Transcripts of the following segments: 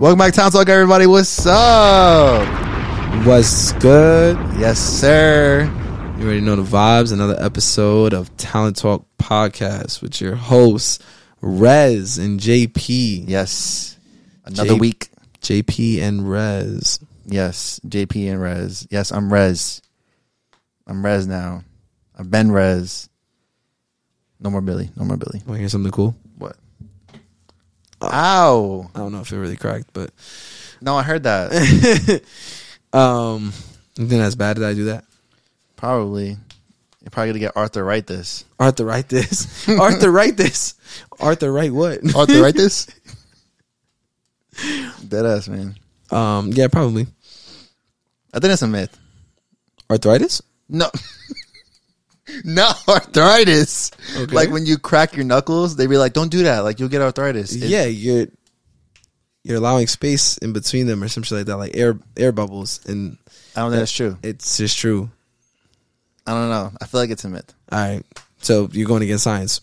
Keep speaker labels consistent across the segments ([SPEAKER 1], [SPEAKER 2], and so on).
[SPEAKER 1] Welcome back, to Town Talk, everybody. What's up?
[SPEAKER 2] What's good?
[SPEAKER 1] Yes, sir.
[SPEAKER 2] You already know the vibes. Another episode of Talent Talk Podcast with your hosts, Rez and JP.
[SPEAKER 1] Yes. Another
[SPEAKER 2] J-
[SPEAKER 1] week.
[SPEAKER 2] JP and Rez.
[SPEAKER 1] Yes. JP and Rez. Yes, I'm Rez. I'm Rez now. I've been Rez. No more Billy. No more Billy.
[SPEAKER 2] Want to hear something cool?
[SPEAKER 1] What? Ow.
[SPEAKER 2] I don't know if it really cracked, but
[SPEAKER 1] No, I heard that.
[SPEAKER 2] um, you think that's bad that I do that?
[SPEAKER 1] Probably. You're probably going to get Arthur write this.
[SPEAKER 2] Arthur, write this. Arthur, write this. Arthur, write what?
[SPEAKER 1] Arthur write this? Deadass, man.
[SPEAKER 2] Um, yeah, probably
[SPEAKER 1] I think that's a myth.
[SPEAKER 2] arthritis.
[SPEAKER 1] No. no arthritis.
[SPEAKER 2] Okay.
[SPEAKER 1] Like when you crack your knuckles, they be like, "Don't do that. Like you'll get arthritis." It-
[SPEAKER 2] yeah, you're you're allowing space in between them or some shit like that, like air air bubbles, and
[SPEAKER 1] I don't think that's true.
[SPEAKER 2] it's just true.
[SPEAKER 1] I don't know. I feel like it's a myth,
[SPEAKER 2] All right, so you're going against science.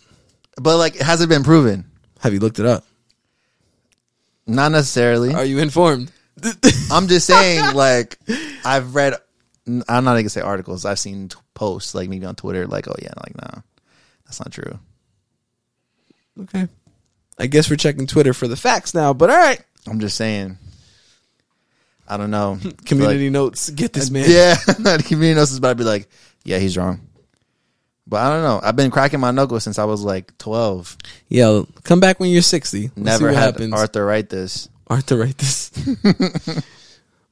[SPEAKER 1] but like, has it been proven?
[SPEAKER 2] Have you looked it up?
[SPEAKER 1] Not necessarily.
[SPEAKER 2] Are you informed?
[SPEAKER 1] I'm just saying, like, I've read. n- I'm not even gonna say articles. I've seen t- posts, like maybe on Twitter, like, "Oh yeah, like no, that's not true."
[SPEAKER 2] okay, I guess we're checking Twitter for the facts now. But all right,
[SPEAKER 1] I'm just saying. I don't know.
[SPEAKER 2] community notes, get this man.
[SPEAKER 1] Yeah, the community notices, but I'd be like, yeah, he's wrong. But I don't know. I've been cracking my knuckles since I was like twelve.
[SPEAKER 2] Yo, come back when you're 60. Let's see
[SPEAKER 1] Never
[SPEAKER 2] what
[SPEAKER 1] had
[SPEAKER 2] happens.
[SPEAKER 1] Arthur write this.
[SPEAKER 2] Arthur, write this.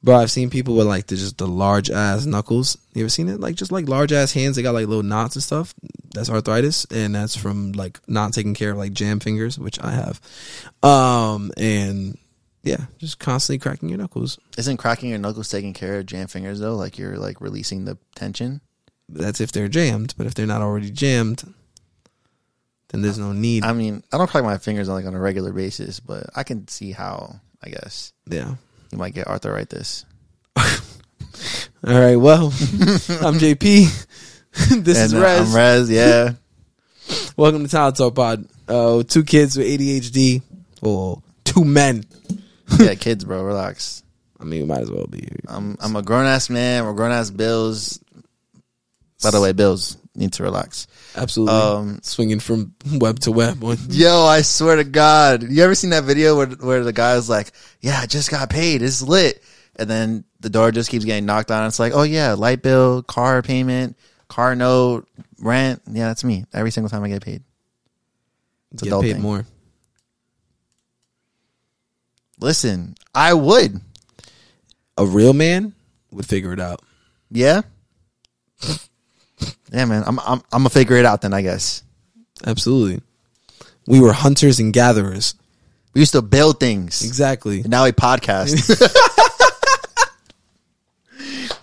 [SPEAKER 2] Bro, I've seen people with like the just the large ass knuckles. You ever seen it? Like just like large ass hands. They got like little knots and stuff. That's arthritis, and that's from like not taking care of like jam fingers, which I have. Um, and yeah, just constantly cracking your knuckles.
[SPEAKER 1] Isn't cracking your knuckles taking care of jam fingers though? Like you're like releasing the tension.
[SPEAKER 2] That's if they're jammed, but if they're not already jammed, then there's no need.
[SPEAKER 1] I mean, I don't crack my fingers on like on a regular basis, but I can see how I guess
[SPEAKER 2] Yeah.
[SPEAKER 1] you might get Arthur write this.
[SPEAKER 2] All right. Well, I'm JP. this is
[SPEAKER 1] And, uh,
[SPEAKER 2] Rez.
[SPEAKER 1] I'm Rez. Yeah,
[SPEAKER 2] Welcome to Talent Talk Pod. Uh, two kids with ADHD, or two men.
[SPEAKER 1] yeah, kids, bro, relax.
[SPEAKER 2] I mean, we might as well be.
[SPEAKER 1] I'm I'm a grown ass man. We're grown ass bills. By the way, bills need to relax.
[SPEAKER 2] Absolutely
[SPEAKER 1] Um,
[SPEAKER 2] swinging from web to web. On,
[SPEAKER 1] Yo, I swear to God, you ever seen that video where where the guy's like, "Yeah, I just got paid. It's lit," and then the door just keeps getting knocked on. It's like, "Oh yeah, light bill, car payment, car note, rent." Yeah, that's me. Every single time I get paid,
[SPEAKER 2] get paid
[SPEAKER 1] adult thing.
[SPEAKER 2] more.
[SPEAKER 1] listen, I would.
[SPEAKER 2] A real man would figure it out.
[SPEAKER 1] Yeah, yeah, man. I'm I'm I'm gonna figure it out then. I guess
[SPEAKER 2] Absolutely. We were hunters and gatherers.
[SPEAKER 1] we used to build things.
[SPEAKER 2] Exactly.
[SPEAKER 1] And now we podcast.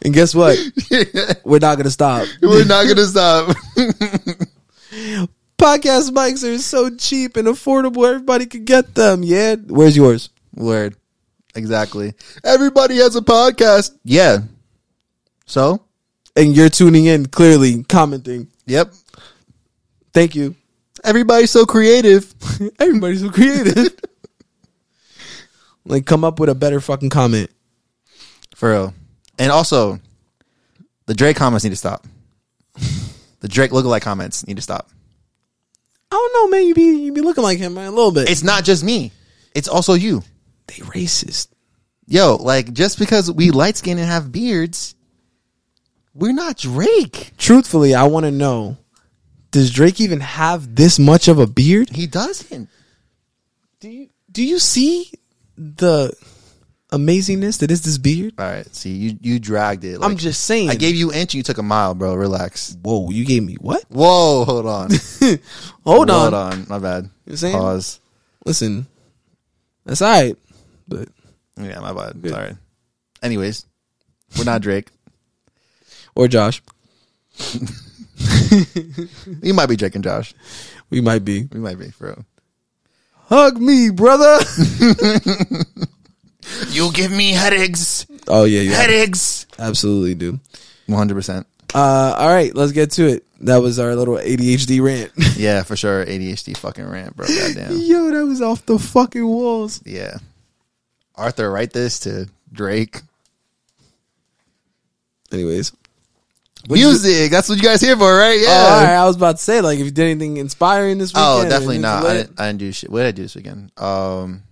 [SPEAKER 2] And guess what? we're not gonna stop.
[SPEAKER 1] We're not gonna stop.
[SPEAKER 2] Podcast mics are so cheap and affordable. Everybody could get them. Yeah. Where's yours?
[SPEAKER 1] Word. Exactly. Everybody has a podcast. Yeah. So,
[SPEAKER 2] And you're tuning in clearly, commenting.
[SPEAKER 1] yep.
[SPEAKER 2] Thank you.
[SPEAKER 1] Everybody's so creative.
[SPEAKER 2] Everybody's so creative. like, come up with a better fucking comment.
[SPEAKER 1] For real. And also, the Drake comments need to stop. The Drake lookalike comments need to stop.
[SPEAKER 2] I don't know, man. You be you be looking like him man, a little bit.
[SPEAKER 1] It's not just me. It's also you.
[SPEAKER 2] they racist.
[SPEAKER 1] Yo, like just because we light skin and have beards, we're not Drake.
[SPEAKER 2] Truthfully, I want to know: Does Drake even have this much of a beard?
[SPEAKER 1] He doesn't.
[SPEAKER 2] Do you do you see the amazingness that is this beard?
[SPEAKER 1] All right. See, you you dragged it. Like,
[SPEAKER 2] I'm just saying.
[SPEAKER 1] I gave you an inch and you took a mile, bro. Relax.
[SPEAKER 2] Whoa, you gave me what? uh,
[SPEAKER 1] Whoa, hold on.
[SPEAKER 2] Hold on.
[SPEAKER 1] on. My bad.
[SPEAKER 2] You're saying?
[SPEAKER 1] Pause.
[SPEAKER 2] Listen, that's all right, but
[SPEAKER 1] Yeah, my bad. Sorry. Anyways, we're not Drake.
[SPEAKER 2] or Josh,
[SPEAKER 1] you might be Drake and Josh.
[SPEAKER 2] we might be.
[SPEAKER 1] We might be, bro.
[SPEAKER 2] Hug me, brother.
[SPEAKER 1] You give me headaches.
[SPEAKER 2] oh yeah, you
[SPEAKER 1] Headaches.
[SPEAKER 2] absolutely do.
[SPEAKER 1] 100%.
[SPEAKER 2] Uh, all right, let's get to it. That was our little ADHD rant.
[SPEAKER 1] Yeah, for sure. ADHD fucking rant, bro. Goddamn.
[SPEAKER 2] Yo, that was off the fucking walls.
[SPEAKER 1] Yeah. Arthur, write this to Drake.
[SPEAKER 2] Anyways.
[SPEAKER 1] Music. That's what you guys here for, right?
[SPEAKER 2] Oh, all right,
[SPEAKER 1] Yeah.
[SPEAKER 2] I was about to say, like, if you did anything inspiring this weekend.
[SPEAKER 1] Oh,
[SPEAKER 2] or
[SPEAKER 1] definitely
[SPEAKER 2] anything
[SPEAKER 1] not. I
[SPEAKER 2] lit.
[SPEAKER 1] didn't, I didn't do shit. What did I do this weekend? Um,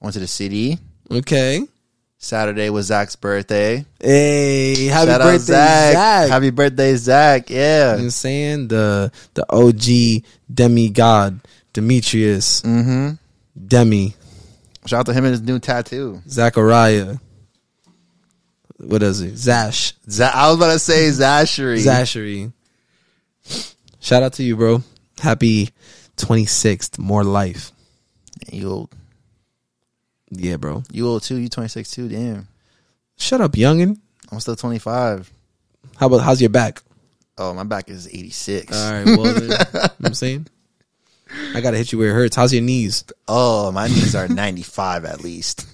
[SPEAKER 1] went to the city.
[SPEAKER 2] Okay.
[SPEAKER 1] Saturday was Zach's birthday.
[SPEAKER 2] Hey, happy
[SPEAKER 1] Shout
[SPEAKER 2] birthday,
[SPEAKER 1] out Zach.
[SPEAKER 2] Zach.
[SPEAKER 1] Happy birthday, Zach.
[SPEAKER 2] You know what
[SPEAKER 1] Yeah.
[SPEAKER 2] I'm saying? The the OG demigod, Demetrius,
[SPEAKER 1] Mm-hmm.
[SPEAKER 2] Demi,
[SPEAKER 1] Shout out to him and his new tattoo.
[SPEAKER 2] Zachariah. What is it? Zash.
[SPEAKER 1] Za- I was about to say Zachary.
[SPEAKER 2] Zachary. Shout out to you, bro. Happy 26th. More life.
[SPEAKER 1] You old.
[SPEAKER 2] Yeah, bro.
[SPEAKER 1] You old too. You 26 too. Damn.
[SPEAKER 2] Shut up, youngin.
[SPEAKER 1] I'm still 25.
[SPEAKER 2] How about how's your back?
[SPEAKER 1] Oh, my back is 86.
[SPEAKER 2] All right, well, then, you know what I'm saying? I gotta hit you where it hurts. How's your knees?
[SPEAKER 1] Oh, my knees are 95 at least.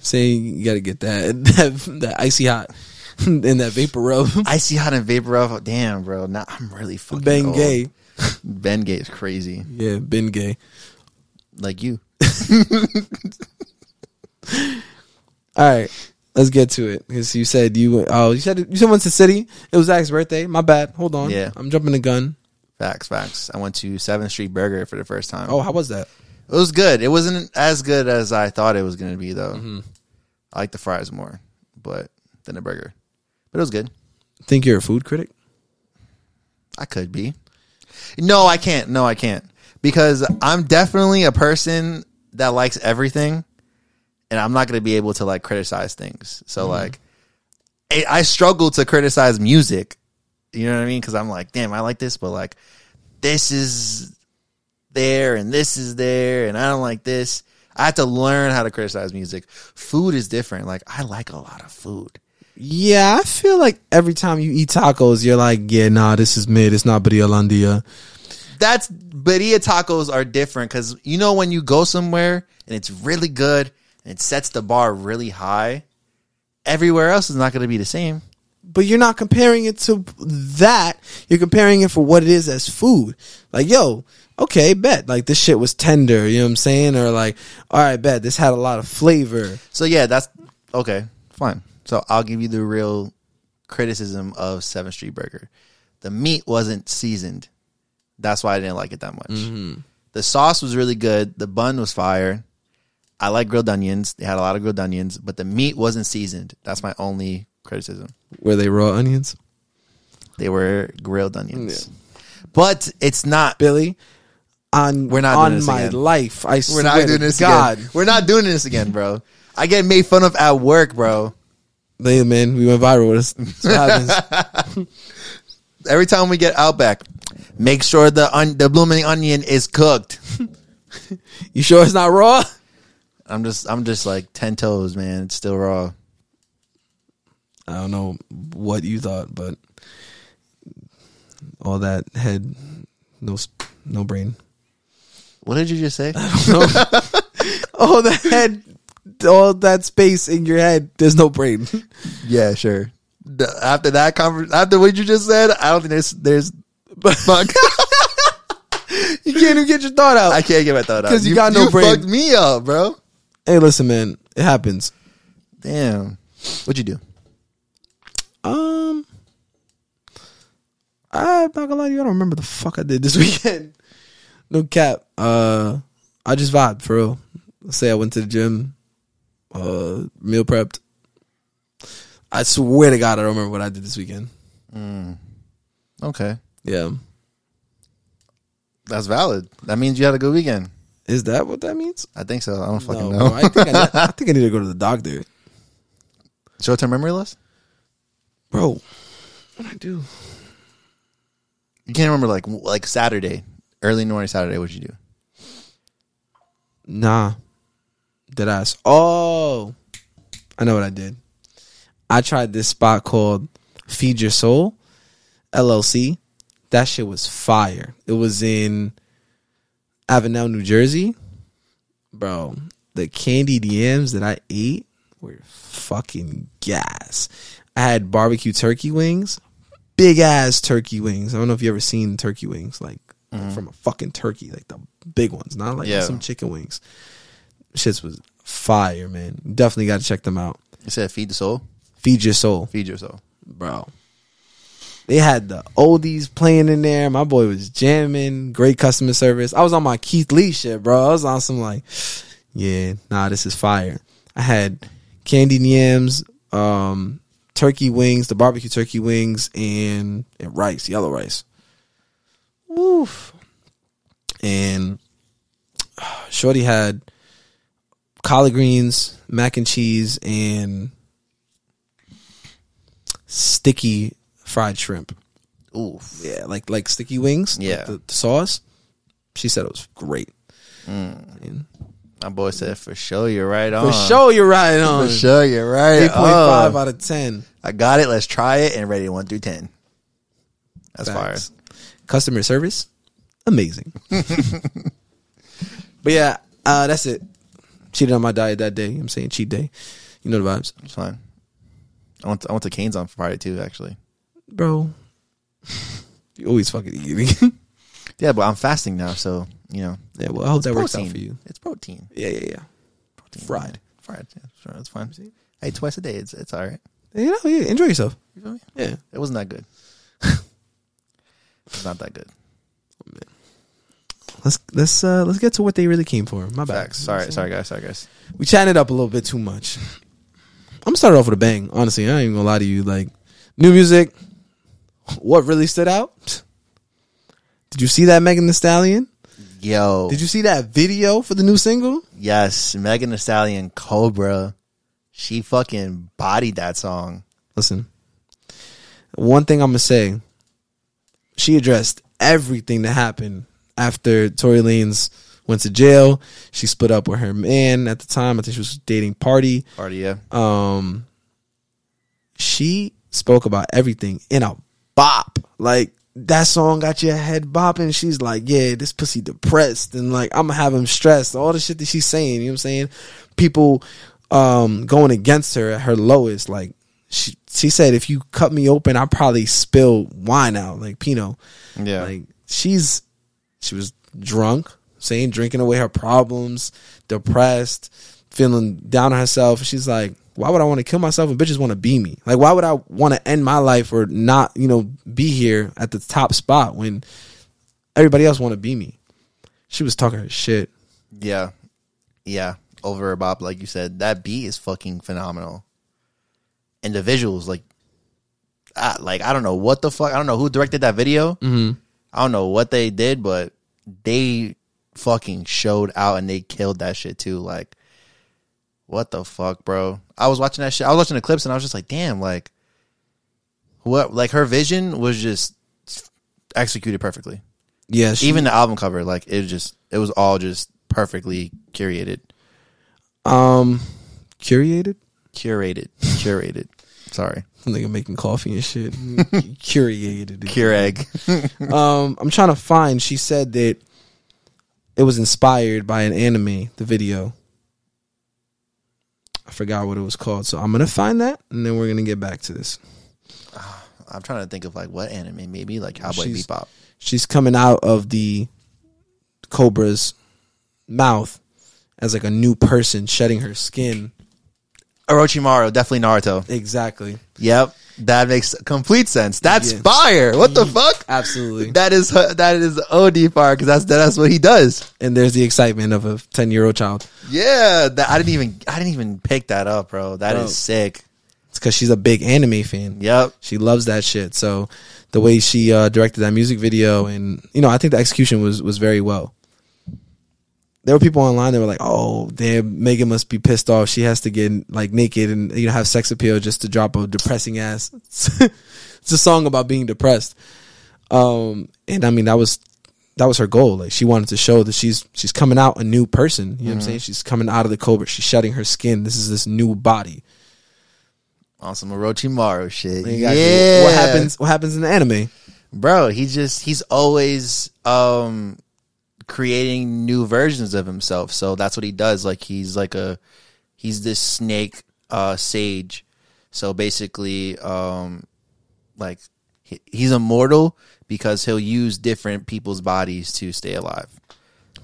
[SPEAKER 2] saying you gotta get that that, that icy hot and that vapor rub.
[SPEAKER 1] Icy hot and vapor off. Damn, bro. Now I'm really fucking
[SPEAKER 2] Ben
[SPEAKER 1] old.
[SPEAKER 2] Gay.
[SPEAKER 1] Ben Gay is crazy.
[SPEAKER 2] Yeah, Ben Gay.
[SPEAKER 1] Like you.
[SPEAKER 2] All right, let's get to it because you said you oh you said you said went to city. It was Zach's birthday. My bad. Hold on.
[SPEAKER 1] Yeah.
[SPEAKER 2] I'm jumping the gun.
[SPEAKER 1] Facts, facts. I went to 7th Street Burger for the first time.
[SPEAKER 2] Oh, how was that?
[SPEAKER 1] It was good. It wasn't as good as I thought it was going to be, though.
[SPEAKER 2] Mm-hmm.
[SPEAKER 1] I like the fries more, but than the burger. But it was good.
[SPEAKER 2] Think you're a food critic?
[SPEAKER 1] I could be. No, I can't. No, I can't. Because I'm definitely a person that likes everything and I'm not going to be able to like criticize things. So like I, I struggle to criticize music. You know what I mean? Cuz I'm like, damn, I like this, but like this is there and this is there and I don't like this. I have to learn how to criticize music. Food is different. Like I like a lot of food.
[SPEAKER 2] Yeah, I feel like every time you eat tacos, you're like, yeah, nah, this is mid. It's not Bidiolandia.
[SPEAKER 1] that's Bahia tacos are different because you know when you go somewhere and it's really good and it sets the bar really high, everywhere else is not going to be the same.
[SPEAKER 2] but you're not comparing it to that. You're comparing it for what it is as food. Like, yo, okay, bet. Like this shit was tender, you know what I'm saying? Or like, all right, bet this had a lot of flavor.
[SPEAKER 1] So yeah, that's okay, fine. So I'll give you the real criticism of Seventh Street Burger. The meat wasn't seasoned. That's why I didn't like it that much. The sauce was really good. The bun was fire. I like grilled onions. They had a lot of grilled onions, but the meat wasn't seasoned. That's my only criticism.
[SPEAKER 2] Were they raw onions?
[SPEAKER 1] They were grilled onions. But it's not.
[SPEAKER 2] Billy, on
[SPEAKER 1] We're not doing
[SPEAKER 2] on
[SPEAKER 1] this
[SPEAKER 2] my
[SPEAKER 1] again.
[SPEAKER 2] life. I
[SPEAKER 1] We're not doing this
[SPEAKER 2] God.
[SPEAKER 1] again. We're not doing this again, bro. I get made fun of at work, bro.
[SPEAKER 2] Hey, man, we went viral with us. That's what happens.
[SPEAKER 1] Every time we get Outback, make sure the on- the blooming onion is cooked.
[SPEAKER 2] you sure it's not raw?
[SPEAKER 1] I'm just I'm just like ten toes, man. It's still raw.
[SPEAKER 2] I don't know what you thought, but all that head, no, sp- no brain.
[SPEAKER 1] What did you just say?
[SPEAKER 2] all the head, all that space in your head. There's no brain.
[SPEAKER 1] yeah, sure. The- after that conversation, after what you just said, I don't think there's there's fuck.
[SPEAKER 2] You can't even get your thought out.
[SPEAKER 1] I can't get my thought out
[SPEAKER 2] 'Cause you got no brain.
[SPEAKER 1] Fucked me up, bro.
[SPEAKER 2] hey, listen, man, it happens.
[SPEAKER 1] Damn. What'd you do?
[SPEAKER 2] Um, I'm not gonna lie to you. I don't remember the fuck I did this weekend. No cap. Uh, I just vibed for real. Let's say I went to the gym. Uh, meal prepped. I swear to God, I don't remember what I did this weekend.
[SPEAKER 1] Okay,
[SPEAKER 2] Yeah,
[SPEAKER 1] that's valid. That means you had a good weekend.
[SPEAKER 2] is that what that means?
[SPEAKER 1] I think so. I don't fucking know.
[SPEAKER 2] No, bro, I, think I, I think I need to go to the doctor.
[SPEAKER 1] Short term memory loss?
[SPEAKER 2] bro. What I do?
[SPEAKER 1] You can't remember like like Saturday, early in the morning Saturday. What'd you do?
[SPEAKER 2] Nah, dead ass. Oh, I know what I did. I tried this spot called Feed Your Soul, LLC. That shit was fire. It was in Avenel, New Jersey, bro. The candy DMs that I ate were fucking gas. I had barbecue turkey wings, big ass turkey wings. I don't know if you ever seen turkey wings, like from a fucking turkey, like the big ones, not like
[SPEAKER 1] Yeah.
[SPEAKER 2] some chicken wings. shits was fire, man. Definitely got to check them out.
[SPEAKER 1] You said feed the soul?
[SPEAKER 2] Feed your soul,
[SPEAKER 1] Feed your soul.
[SPEAKER 2] bro. They had the oldies playing in there. My boy was jamming. Great customer service. I was on my Keith Lee shit, bro. I was on some like, yeah, nah, this is fire. I had candy yams, um, turkey wings, the barbecue turkey wings, and, and rice, yellow rice. Woof. And Shorty had collard greens, mac and cheese, and sticky fried shrimp.
[SPEAKER 1] Oof.
[SPEAKER 2] Yeah, like like sticky wings. like
[SPEAKER 1] Yeah.
[SPEAKER 2] the, the sauce. She said it was great.
[SPEAKER 1] Mm.
[SPEAKER 2] And
[SPEAKER 1] My boy said, for sure, you're right
[SPEAKER 2] for
[SPEAKER 1] on.
[SPEAKER 2] sure, you're right on.
[SPEAKER 1] Uh. For sure, Uh. you're right
[SPEAKER 2] Eight point five
[SPEAKER 1] on.
[SPEAKER 2] out of ten.
[SPEAKER 1] I got it. Let's try it and rate it 1 through 10. That's fire.
[SPEAKER 2] Facts. Customer service, amazing. but yeah, uh, that's it. Cheated on my diet that day. I'm saying cheat day. You know the vibes,
[SPEAKER 1] It's fine. I went, to, I went to Canes on Friday, too, actually.
[SPEAKER 2] bro. you always fucking eating.
[SPEAKER 1] Yeah, but I'm fasting now, so, you know.
[SPEAKER 2] yeah, well, I hope that works out
[SPEAKER 1] protein.
[SPEAKER 2] for you.
[SPEAKER 1] It's protein.
[SPEAKER 2] Yeah, yeah, yeah.
[SPEAKER 1] protein.
[SPEAKER 2] Fried.
[SPEAKER 1] Fried. Yeah, sure, that's fine. Hey, twice a day. It's, it's all right.
[SPEAKER 2] You know, yeah. Enjoy yourself.
[SPEAKER 1] You feel me?
[SPEAKER 2] Yeah.
[SPEAKER 1] It wasn't that good. it's not that good.
[SPEAKER 2] Let's let's uh let's get to what they really came for. My bad.
[SPEAKER 1] Facts. Sorry, sorry, guys. Sorry, guys.
[SPEAKER 2] We chatted up a little bit too much. I'm started off with a bang, honestly. I ain't even gonna lie to you. Like new music. What really stood out? Did you see that Megan the Stallion?
[SPEAKER 1] Yo.
[SPEAKER 2] Did you see that video for the new single?
[SPEAKER 1] Yes, Megan Thee Stallion, Cobra. She fucking bodied that song.
[SPEAKER 2] Listen. One thing I'm gonna say, she addressed everything that happened after Tory Lanez went to jail. She split up with her man at the time. I think she was dating Party.
[SPEAKER 1] Already, yeah.
[SPEAKER 2] um she spoke about everything in a bop like that song got your head bopping she's like yeah this pussy depressed and like i'm gonna have him stressed all the shit that she's saying you know what i'm saying people um going against her at her lowest like she, she said if you cut me open i probably spill wine out like pinot
[SPEAKER 1] Yeah.
[SPEAKER 2] like she's she was drunk, saying drinking away her problems, depressed, feeling down on herself. She's like, why would I want to kill myself when bitches want to be me? Like, why would I want to end my life or not, you know, be here at the top spot when everybody else want to be me? She was talking her shit.
[SPEAKER 1] yeah. Yeah. Over a bop, like you said. That beat is fucking phenomenal. And the visuals, like, I, like I don't know what the fuck. I don't know who directed that video.
[SPEAKER 2] Mm-hmm.
[SPEAKER 1] I don't know what they did, but they fucking showed out and they killed that shit too. Like, what the fuck, bro? I was watching that shit. I was watching the clips and I was just like, damn, like, what? Like her vision was just executed perfectly.
[SPEAKER 2] Yeah, she,
[SPEAKER 1] Even the album cover, like, it just it was all just perfectly curated,
[SPEAKER 2] um, curated.
[SPEAKER 1] curated, curated. Sorry,
[SPEAKER 2] Nigga making coffee and shit. curated.
[SPEAKER 1] Keurig.
[SPEAKER 2] um, I'm trying to find. She said that it was inspired by an anime, the video. I forgot what it was called, so I'm gonna find that, and then we're gonna get back to this.
[SPEAKER 1] I'm trying to think of like what anime, maybe like Cowboy
[SPEAKER 2] She's-
[SPEAKER 1] Bebop.
[SPEAKER 2] She's coming out of the cobra's mouth as like a new person, shedding her skin.
[SPEAKER 1] Orochimaru, definitely Naruto.
[SPEAKER 2] Exactly,
[SPEAKER 1] Yep, that makes complete sense. That's
[SPEAKER 2] Yeah.
[SPEAKER 1] fire. What the fuck?
[SPEAKER 2] absolutely.
[SPEAKER 1] That is uh, that is OD fire because that's that's what he does.
[SPEAKER 2] And there's the excitement of a ten year old child.
[SPEAKER 1] Yeah, that, I didn't even I didn't even pick that up, bro. That is
[SPEAKER 2] Bro.
[SPEAKER 1] sick.
[SPEAKER 2] It's because she's a big anime fan.
[SPEAKER 1] Yep.
[SPEAKER 2] She loves that shit. So the way she uh, directed that music video, and you know, I think the execution was was very well. There were people online that were like, "Oh, damn, Megan must be pissed off. She has to get like naked and you know have sex appeal just to drop a depressing ass." it's a song about being depressed, um, and I mean that was that was her goal. Like she wanted to show that she's she's coming out a new person. You know what I'm saying? She's coming out of the cobra. She's shedding her skin. This is this new body.
[SPEAKER 1] On some Orochimaru shit.
[SPEAKER 2] Exactly.
[SPEAKER 1] Yeah.
[SPEAKER 2] What happens? What happens in the anime?
[SPEAKER 1] bro? He just he's always um creating new versions of himself. So that's what he does. Like he's like a he's this snake uh sage. So basically, um like he, he's immortal because he'll use different people's bodies to stay alive.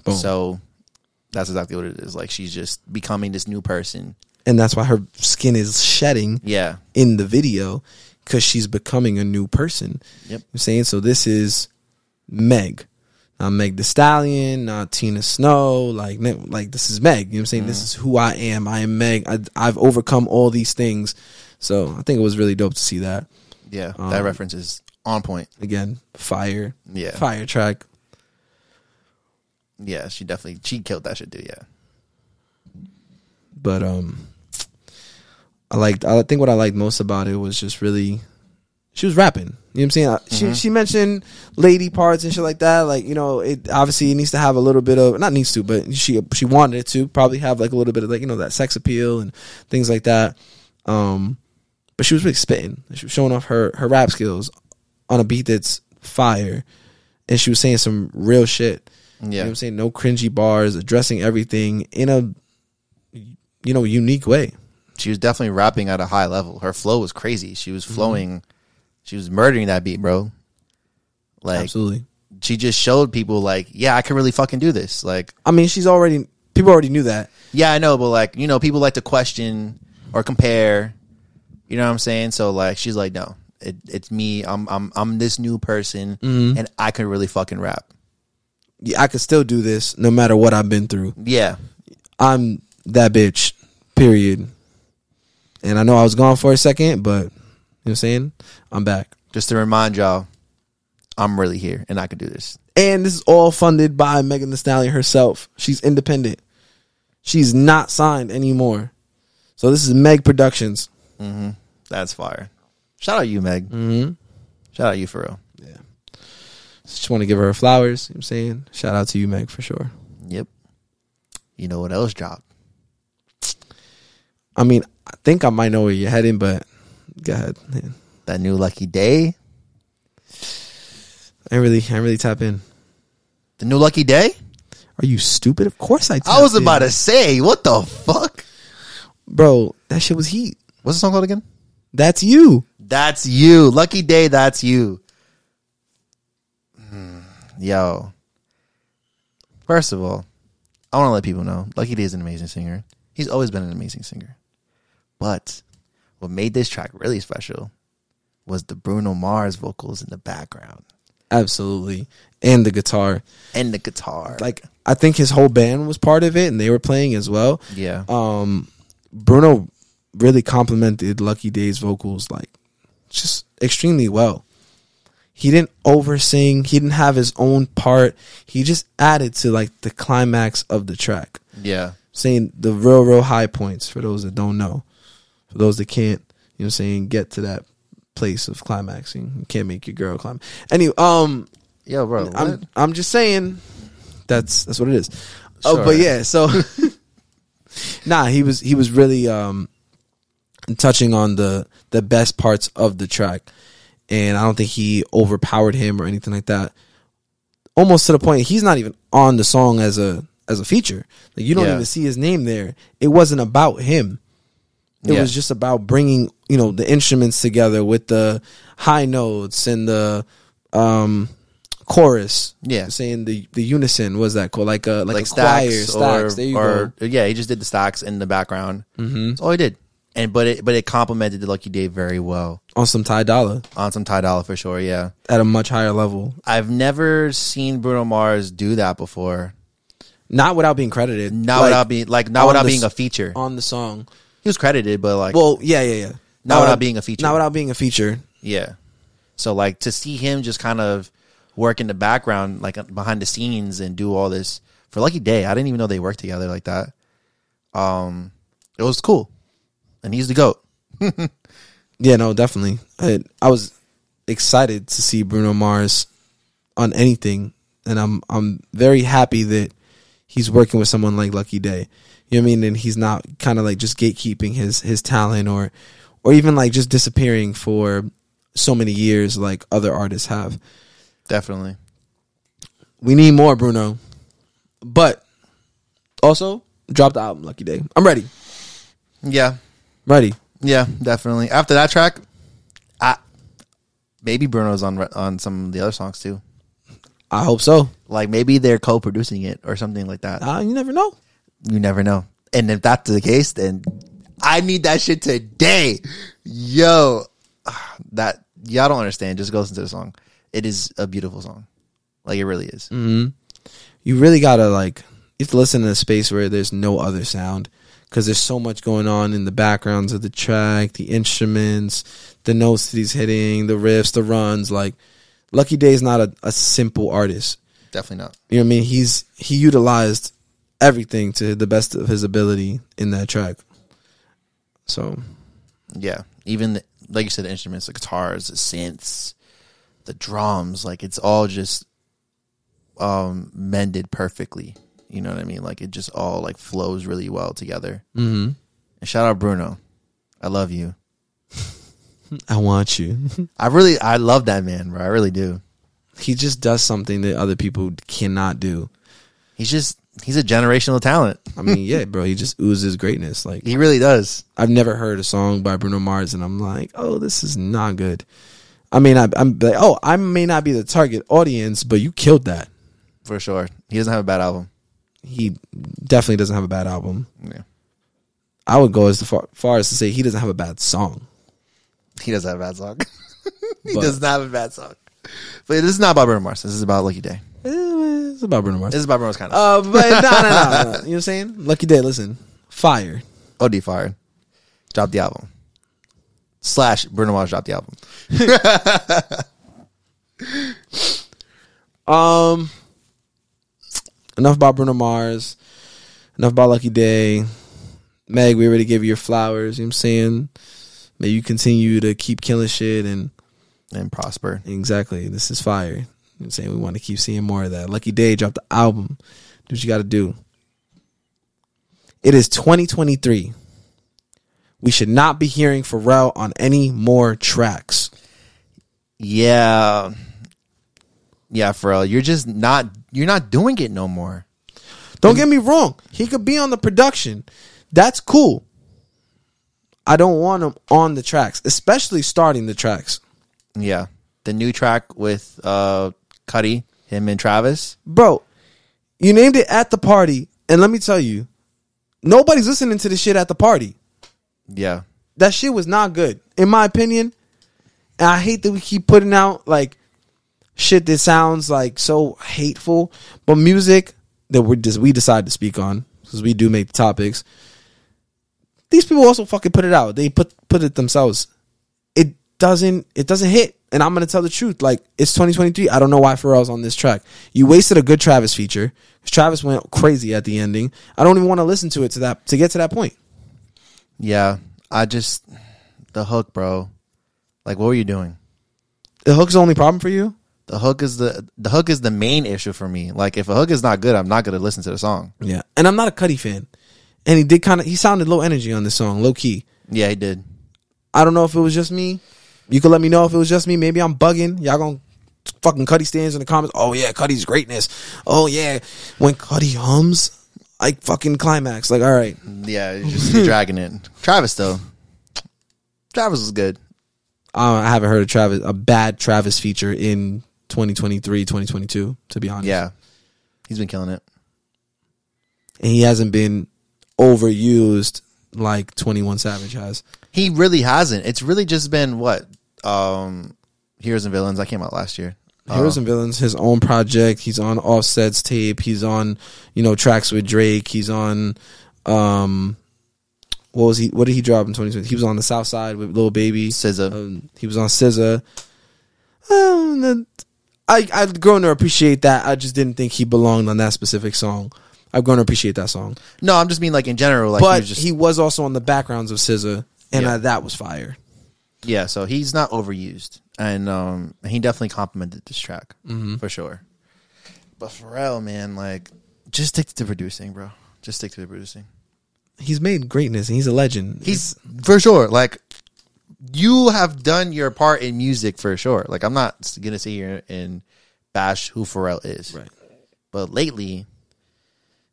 [SPEAKER 2] Boom.
[SPEAKER 1] So That's exactly what it is. Like she's just becoming this new person.
[SPEAKER 2] and that's why her skin is shedding
[SPEAKER 1] Yeah.
[SPEAKER 2] in the video because she's becoming a new person.
[SPEAKER 1] Yep.
[SPEAKER 2] I'm saying so. This is Meg, not Meg the Stallion, not Tina Snow. Like, no, like this is Meg. You know what I'm saying?
[SPEAKER 1] Mm.
[SPEAKER 2] This is who I am. I am Meg. I, I've overcome all these things. So I think it was really dope to see that
[SPEAKER 1] Yeah. that
[SPEAKER 2] Um,
[SPEAKER 1] reference is on point.
[SPEAKER 2] again. Fire,
[SPEAKER 1] Yeah.
[SPEAKER 2] fire track.
[SPEAKER 1] Yeah. She definitely she killed that shit too. Yeah.
[SPEAKER 2] but um i liked i think what i liked most about it was just really she was rapping you know what i'm saying I- she she mentioned lady parts and shit like that like you know it obviously it needs to have a little bit of not needs to but she she wanted it to probably have like a little bit of like you know that sex appeal and things like that um but she was really spitting she was showing off her her rap skills on a beat that's fire and she was saying some real shit you know what
[SPEAKER 1] Yeah.
[SPEAKER 2] I'm saying? No cringy bars, addressing everything in a you know, unique way.
[SPEAKER 1] She was definitely rapping at a high level. Her flow was crazy. She was flowing. She was murdering that beat, bro. Like
[SPEAKER 2] Absolutely.
[SPEAKER 1] she just showed people like, yeah, I can really fucking do this. Like,
[SPEAKER 2] I mean, she's already people already knew that.
[SPEAKER 1] yeah, I know, but like, you know, people like to question or compare. You know what I'm saying? So like she's like, no, it, it's me. I'm I'm I'm this new person and I can really fucking rap.
[SPEAKER 2] Yeah, I could still do this no matter what I've been through.
[SPEAKER 1] Yeah.
[SPEAKER 2] I'm that bitch. Period. And I know I was gone for a second, but you know what I'm saying? I'm back.
[SPEAKER 1] Just to remind y'all, I'm really here and I can do this.
[SPEAKER 2] And this is all funded by Megan Thee Stallion herself. She's independent. She's not signed anymore. So this is Meg Productions.
[SPEAKER 1] That's fire. Shout out you, Meg.
[SPEAKER 2] Mhm.
[SPEAKER 1] Shout out you for real.
[SPEAKER 2] Yeah. Just want to give her her flowers. You know what I'm saying? Shout out to you, Meg, for sure.
[SPEAKER 1] Yep. You know what else dropped?
[SPEAKER 2] I mean, I think I might know where you're heading, but go ahead. man.
[SPEAKER 1] That new Lucky Day.
[SPEAKER 2] I really, I really tap in.
[SPEAKER 1] The new Lucky Day.
[SPEAKER 2] Are you stupid? Of course I. Tap
[SPEAKER 1] I was
[SPEAKER 2] in.
[SPEAKER 1] about to say, what the fuck?
[SPEAKER 2] bro. That shit was heat.
[SPEAKER 1] What's the song called again?
[SPEAKER 2] That's you.
[SPEAKER 1] That's you. Lucky day, that's you. Hmm, Yo. First of all, I want to let people know Lucky Day is an amazing singer. He's always been an amazing singer. But what made this track really special was the Bruno Mars vocals in the background
[SPEAKER 2] Absolutely. And the guitar.
[SPEAKER 1] and the guitar.
[SPEAKER 2] Like I think his whole band was part of it, and they were playing as well.
[SPEAKER 1] yeah.
[SPEAKER 2] Um, Bruno really complimented Lucky Day's vocals like just extremely well. He didn't oversing. He didn't have his own part. He just added to like the climax of the track,
[SPEAKER 1] Yeah.
[SPEAKER 2] saying the real, real high points for those that don't know, for those that can't, you know, what I'm saying get to that place of climaxing. You can't make your girl climb. Anyway, um,
[SPEAKER 1] Yo, bro. what?
[SPEAKER 2] I'm I'm just saying that's that's what it is. Oh,
[SPEAKER 1] Sure.
[SPEAKER 2] but yeah, so nah, he was he was really um touching on the the best parts of the track, and I don't think he overpowered him or anything like that. Almost to the point he's not even on the song as a as a feature. Like you don't
[SPEAKER 1] Yeah.
[SPEAKER 2] even see his name there. It wasn't about him. It
[SPEAKER 1] Yeah.
[SPEAKER 2] was just about bringing you know the instruments together with the high notes and the um chorus.
[SPEAKER 1] Yeah.
[SPEAKER 2] saying the the unison was that called like a like,
[SPEAKER 1] like
[SPEAKER 2] a choir
[SPEAKER 1] stacks,
[SPEAKER 2] stacks.
[SPEAKER 1] or,
[SPEAKER 2] there you
[SPEAKER 1] or- yeah, he just did the stacks in the background. Mm-hmm. That's all he did, and but it but it complemented the Lucky Day very well
[SPEAKER 2] go on some Ty Dolla
[SPEAKER 1] on some Ty Dolla for sure. Yeah,
[SPEAKER 2] at a much higher level,
[SPEAKER 1] I've never seen Bruno Mars do that before.
[SPEAKER 2] not without being credited,
[SPEAKER 1] Not
[SPEAKER 2] like,
[SPEAKER 1] without being like not
[SPEAKER 2] on
[SPEAKER 1] without
[SPEAKER 2] the
[SPEAKER 1] being a
[SPEAKER 2] s-
[SPEAKER 1] feature.
[SPEAKER 2] on the song.
[SPEAKER 1] He was credited, but like
[SPEAKER 2] Well, yeah, yeah, yeah. Not,
[SPEAKER 1] without being a feature.
[SPEAKER 2] Not without being a feature.
[SPEAKER 1] yeah. So like to see him just kind of work in the background, like behind the scenes, and do all this for Lucky Day. I didn't even know they worked together like that. Um, it was cool, and he's the goat.
[SPEAKER 2] Yeah, no, definitely. I, I was excited to see Bruno Mars on anything, and I'm I'm very happy that he's working with someone like Lucky Day. You know what I mean? And he's not kind of like just gatekeeping his his talent or or even like just disappearing for so many years like other artists have.
[SPEAKER 1] Definitely.
[SPEAKER 2] We need more Bruno. But also drop the album Lucky Day. I'm ready.
[SPEAKER 1] Yeah.
[SPEAKER 2] Ready.
[SPEAKER 1] Yeah, definitely. After that track, I maybe Bruno's on on some of the other songs too.
[SPEAKER 2] I hope so.
[SPEAKER 1] Like maybe they're co-producing it or something like that.
[SPEAKER 2] Uh, you never know.
[SPEAKER 1] You never know. And if that's the case, then I need that shit today. Yo, that y'all don't understand. Just go listen to the song. It is a beautiful song. Like it really is.
[SPEAKER 2] You really gotta like you have to listen in a space where there's no other sound because there's so much going on in the backgrounds of the track, the instruments, the notes that he's hitting, the riffs, the runs. Like Lucky Day's not a, a simple artist.
[SPEAKER 1] Definitely not.
[SPEAKER 2] You know what I mean? He's he utilized everything to the best of his ability in that track. So
[SPEAKER 1] Yeah. Even the, like you said, the instruments, the guitars, the synths, the drums, like it's all just um mended perfectly. You know what I mean? Like it just all like flows really well together. Mm-hmm. And shout out Bruno. I love you.
[SPEAKER 2] I want you.
[SPEAKER 1] I really I love that man, bro. I really do.
[SPEAKER 2] he just does something that other people cannot do.
[SPEAKER 1] He's just he's a generational talent.
[SPEAKER 2] I mean, yeah, bro, he just oozes greatness. Like
[SPEAKER 1] He really does.
[SPEAKER 2] I've never heard a song by Bruno Mars, and I'm like, oh, this is not good. I mean, I, I'm like, oh, I may not be the target audience, but you killed that.
[SPEAKER 1] For sure. He doesn't have a bad album.
[SPEAKER 2] He definitely doesn't have a bad album.
[SPEAKER 1] Yeah.
[SPEAKER 2] I would go as far, far as to say he doesn't have a bad song.
[SPEAKER 1] He doesn't have a bad song. he
[SPEAKER 2] But-
[SPEAKER 1] does not have a bad song. But this is not about Bruno Mars. This is about Lucky Day.
[SPEAKER 2] Eh, It's about Bruno Mars.
[SPEAKER 1] This is about Bruno Mars kind of.
[SPEAKER 2] Uh, but no, no, no, no. You know what I'm saying? Lucky Day, listen, fire.
[SPEAKER 1] OD fired. Drop the album. Slash Bruno Mars dropped the album.
[SPEAKER 2] Um, enough about Bruno Mars. Enough about Lucky Day. Meg, we already gave you your flowers. You know what I'm saying? May you continue to keep killing shit and
[SPEAKER 1] And Prosper.
[SPEAKER 2] exactly. This is fire. You know what I'm saying we want to keep seeing more of that. Lucky Day dropped the album. Do what you got to do. It is 2023. We should not be hearing Pharrell on any more tracks.
[SPEAKER 1] Yeah. Yeah, Pharrell. You're just not you're not doing it no more.
[SPEAKER 2] Don't get me wrong. He could be on the production. That's cool. I don't want him on the tracks, especially starting the tracks.
[SPEAKER 1] Yeah. The new track with uh Cuddy, him and Travis.
[SPEAKER 2] Bro, you named it at the party, and let me tell you, nobody's listening to this shit at the party.
[SPEAKER 1] Yeah.
[SPEAKER 2] That shit was not good, in my opinion. And I hate that we keep putting out like shit that sounds like so hateful, but music that we just we decide to speak on because we do make the topics. These people also fucking put it out. They put put it themselves. It doesn't it doesn't hit. And I'm gonna tell the truth. Like it's 2023. I don't know why Pharrell's on this track. You wasted a good Travis feature. 'cause Travis went crazy at the ending. I don't even want to listen to it to that to get to that point.
[SPEAKER 1] Yeah. I just the hook, bro. Like what were you doing?
[SPEAKER 2] The hook's the only problem for you.
[SPEAKER 1] The hook is the the hook is the main issue for me. Like if a hook is not good, I'm not gonna listen to the song.
[SPEAKER 2] Yeah, and I'm not a Cuddy fan, and he did kind of he sounded low energy on this song, low key.
[SPEAKER 1] Yeah, he did.
[SPEAKER 2] I don't know if it was just me. You could let me know if it was just me. Maybe I'm bugging. Y'all gonna fucking Cuddy stands in the comments. Oh yeah, Cuddy's greatness. Oh yeah, when Cuddy hums, I fucking climax. Like all right,
[SPEAKER 1] Yeah, you're just you're dragging it. Travis though, Travis was good.
[SPEAKER 2] Uh, I haven't heard a Travis a bad Travis feature in 2023, 2022. To be honest,
[SPEAKER 1] Yeah, he's been killing it.
[SPEAKER 2] and he hasn't been overused like 21 Savage has.
[SPEAKER 1] He really hasn't. It's really just been what um heroes and villains. I came out last year.
[SPEAKER 2] Heroes and Villains, his own project. He's on Offset's tape. He's on, you know, tracks with Drake. He's on, um, what was he? What did he drop in 2020? He was on the South Side with Lil Baby.
[SPEAKER 1] SZA.
[SPEAKER 2] Um, he was on SZA. Um, the- I I've grown to appreciate that. I just didn't think he belonged on that specific song. I've grown to appreciate that song,
[SPEAKER 1] no, I'm just mean like in general. Like
[SPEAKER 2] but
[SPEAKER 1] he was just
[SPEAKER 2] he was also on the backgrounds of SZA, and
[SPEAKER 1] Yeah.
[SPEAKER 2] I, that was fire.
[SPEAKER 1] yeah. So he's not overused, and um he definitely complimented this track for sure. But Pharrell, man, like just stick to the producing, bro. Just stick to the producing.
[SPEAKER 2] He's made greatness, and he's a legend.
[SPEAKER 1] He's for sure. Like you have done your part in music for sure. Like I'm not gonna sit here and bash who Pharrell is,
[SPEAKER 2] Right.
[SPEAKER 1] But lately,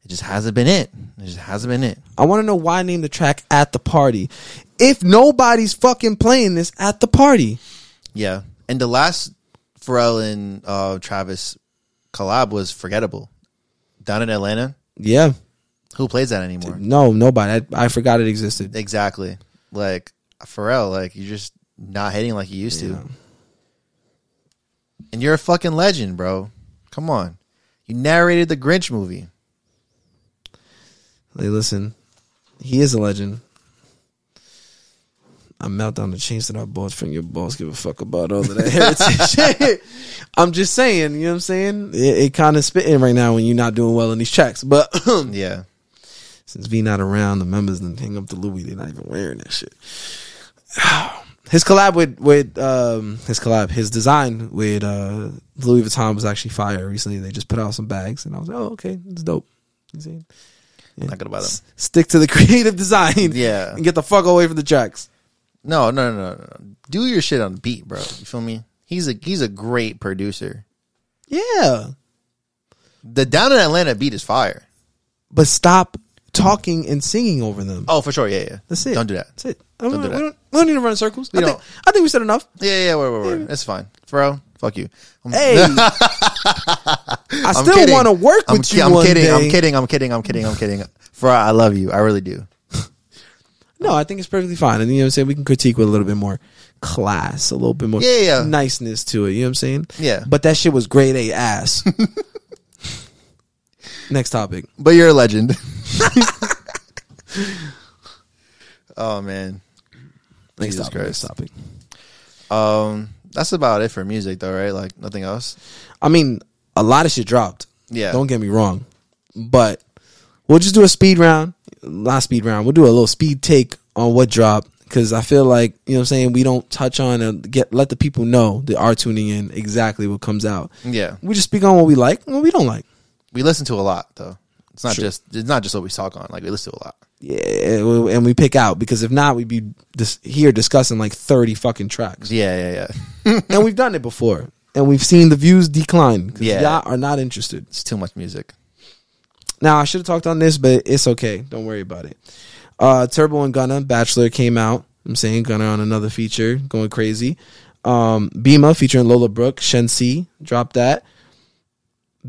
[SPEAKER 1] it just hasn't been it. It just hasn't been it.
[SPEAKER 2] I want to know why I named the track at the party. If nobody's fucking playing this at the party,
[SPEAKER 1] Yeah. And the last Pharrell and uh, Travis collab was forgettable. Down in Atlanta,
[SPEAKER 2] Yeah.
[SPEAKER 1] who plays that anymore?
[SPEAKER 2] No, nobody. I, I forgot it existed.
[SPEAKER 1] Exactly. Like Pharrell, like you're just not hitting like you used to. And you're a fucking legend, bro. Come on. You narrated the Grinch movie.
[SPEAKER 2] Hey, listen, he is a legend. I melt down the chains that I bought from your boss. Give a fuck about all of that heritage shit. I'm just saying, you know what I'm saying? It, it kind of spitting right now when you're not doing well in these tracks. But
[SPEAKER 1] Yeah.
[SPEAKER 2] since V not around, the members then hang up the Louis. They're not even wearing that shit. His collab with with um his collab his design with uh Louis Vuitton was actually fire recently. They just put out some bags and I was like, oh okay, it's dope. You see? Yeah.
[SPEAKER 1] Not gonna buy them.
[SPEAKER 2] S- Stick to the creative design.
[SPEAKER 1] Yeah.
[SPEAKER 2] and get the fuck away from the tracks.
[SPEAKER 1] No, no, no, no, no. Do your shit on the beat, bro. You feel me? He's a he's a great producer.
[SPEAKER 2] Yeah,
[SPEAKER 1] The Down in Atlanta beat is fire.
[SPEAKER 2] but stop talking and singing over them.
[SPEAKER 1] Oh, for sure. Yeah, yeah.
[SPEAKER 2] That's it.
[SPEAKER 1] Don't do that.
[SPEAKER 2] That's it. I don't,
[SPEAKER 1] do that.
[SPEAKER 2] We, don't, we don't need to run in circles.
[SPEAKER 1] We
[SPEAKER 2] I think,
[SPEAKER 1] don't.
[SPEAKER 2] I think we said enough.
[SPEAKER 1] Yeah, yeah, wait, wait, wait. It's fine. Bro, fuck you. I'm,
[SPEAKER 2] Hey, I
[SPEAKER 1] I'm
[SPEAKER 2] still
[SPEAKER 1] kidding.
[SPEAKER 2] want to work
[SPEAKER 1] I'm
[SPEAKER 2] with
[SPEAKER 1] ki-
[SPEAKER 2] you
[SPEAKER 1] I'm
[SPEAKER 2] one
[SPEAKER 1] kidding.
[SPEAKER 2] day.
[SPEAKER 1] I'm kidding. I'm kidding. I'm kidding. I'm kidding. Fro, I love you. I really do.
[SPEAKER 2] No, I think it's perfectly fine. And you know what I'm saying? We can critique with a little bit more class, a little bit more
[SPEAKER 1] Yeah, yeah.
[SPEAKER 2] niceness to it. You know what I'm saying?
[SPEAKER 1] Yeah.
[SPEAKER 2] But that shit was grade A ass. Next topic.
[SPEAKER 1] But you're a legend. oh man.
[SPEAKER 2] Next
[SPEAKER 1] Jesus
[SPEAKER 2] topic. Next
[SPEAKER 1] Christ.
[SPEAKER 2] topic.
[SPEAKER 1] Um that's about it for music though, right? Like nothing else.
[SPEAKER 2] I mean, a lot of shit dropped.
[SPEAKER 1] Yeah.
[SPEAKER 2] Don't get me wrong. But we'll just do a speed round. Not speed round. We'll do a little speed take on what dropped. Cause I feel like, you know what I'm saying, we don't touch on and get let the people know that are tuning in exactly what comes out.
[SPEAKER 1] Yeah.
[SPEAKER 2] We just speak on what we like and what we don't like.
[SPEAKER 1] We listen to a lot though. It's not
[SPEAKER 2] Sure.
[SPEAKER 1] just it's not just what we talk on. Like we listen to a lot.
[SPEAKER 2] yeah, we- and we pick out because if not, we'd be dis- here discussing like thirty fucking tracks,
[SPEAKER 1] Yeah, yeah, yeah.
[SPEAKER 2] and we've done it before, and we've seen the views decline. 'cause
[SPEAKER 1] Yeah.
[SPEAKER 2] y'all are not interested.
[SPEAKER 1] it's too much music.
[SPEAKER 2] Now I should have talked on this, but it's okay. Don't worry about it. Uh, Turbo and Gunna Bachelor came out. I'm saying Gunna on another feature, going crazy. Um, Bima featuring Lola Brooke, Shen Si dropped that.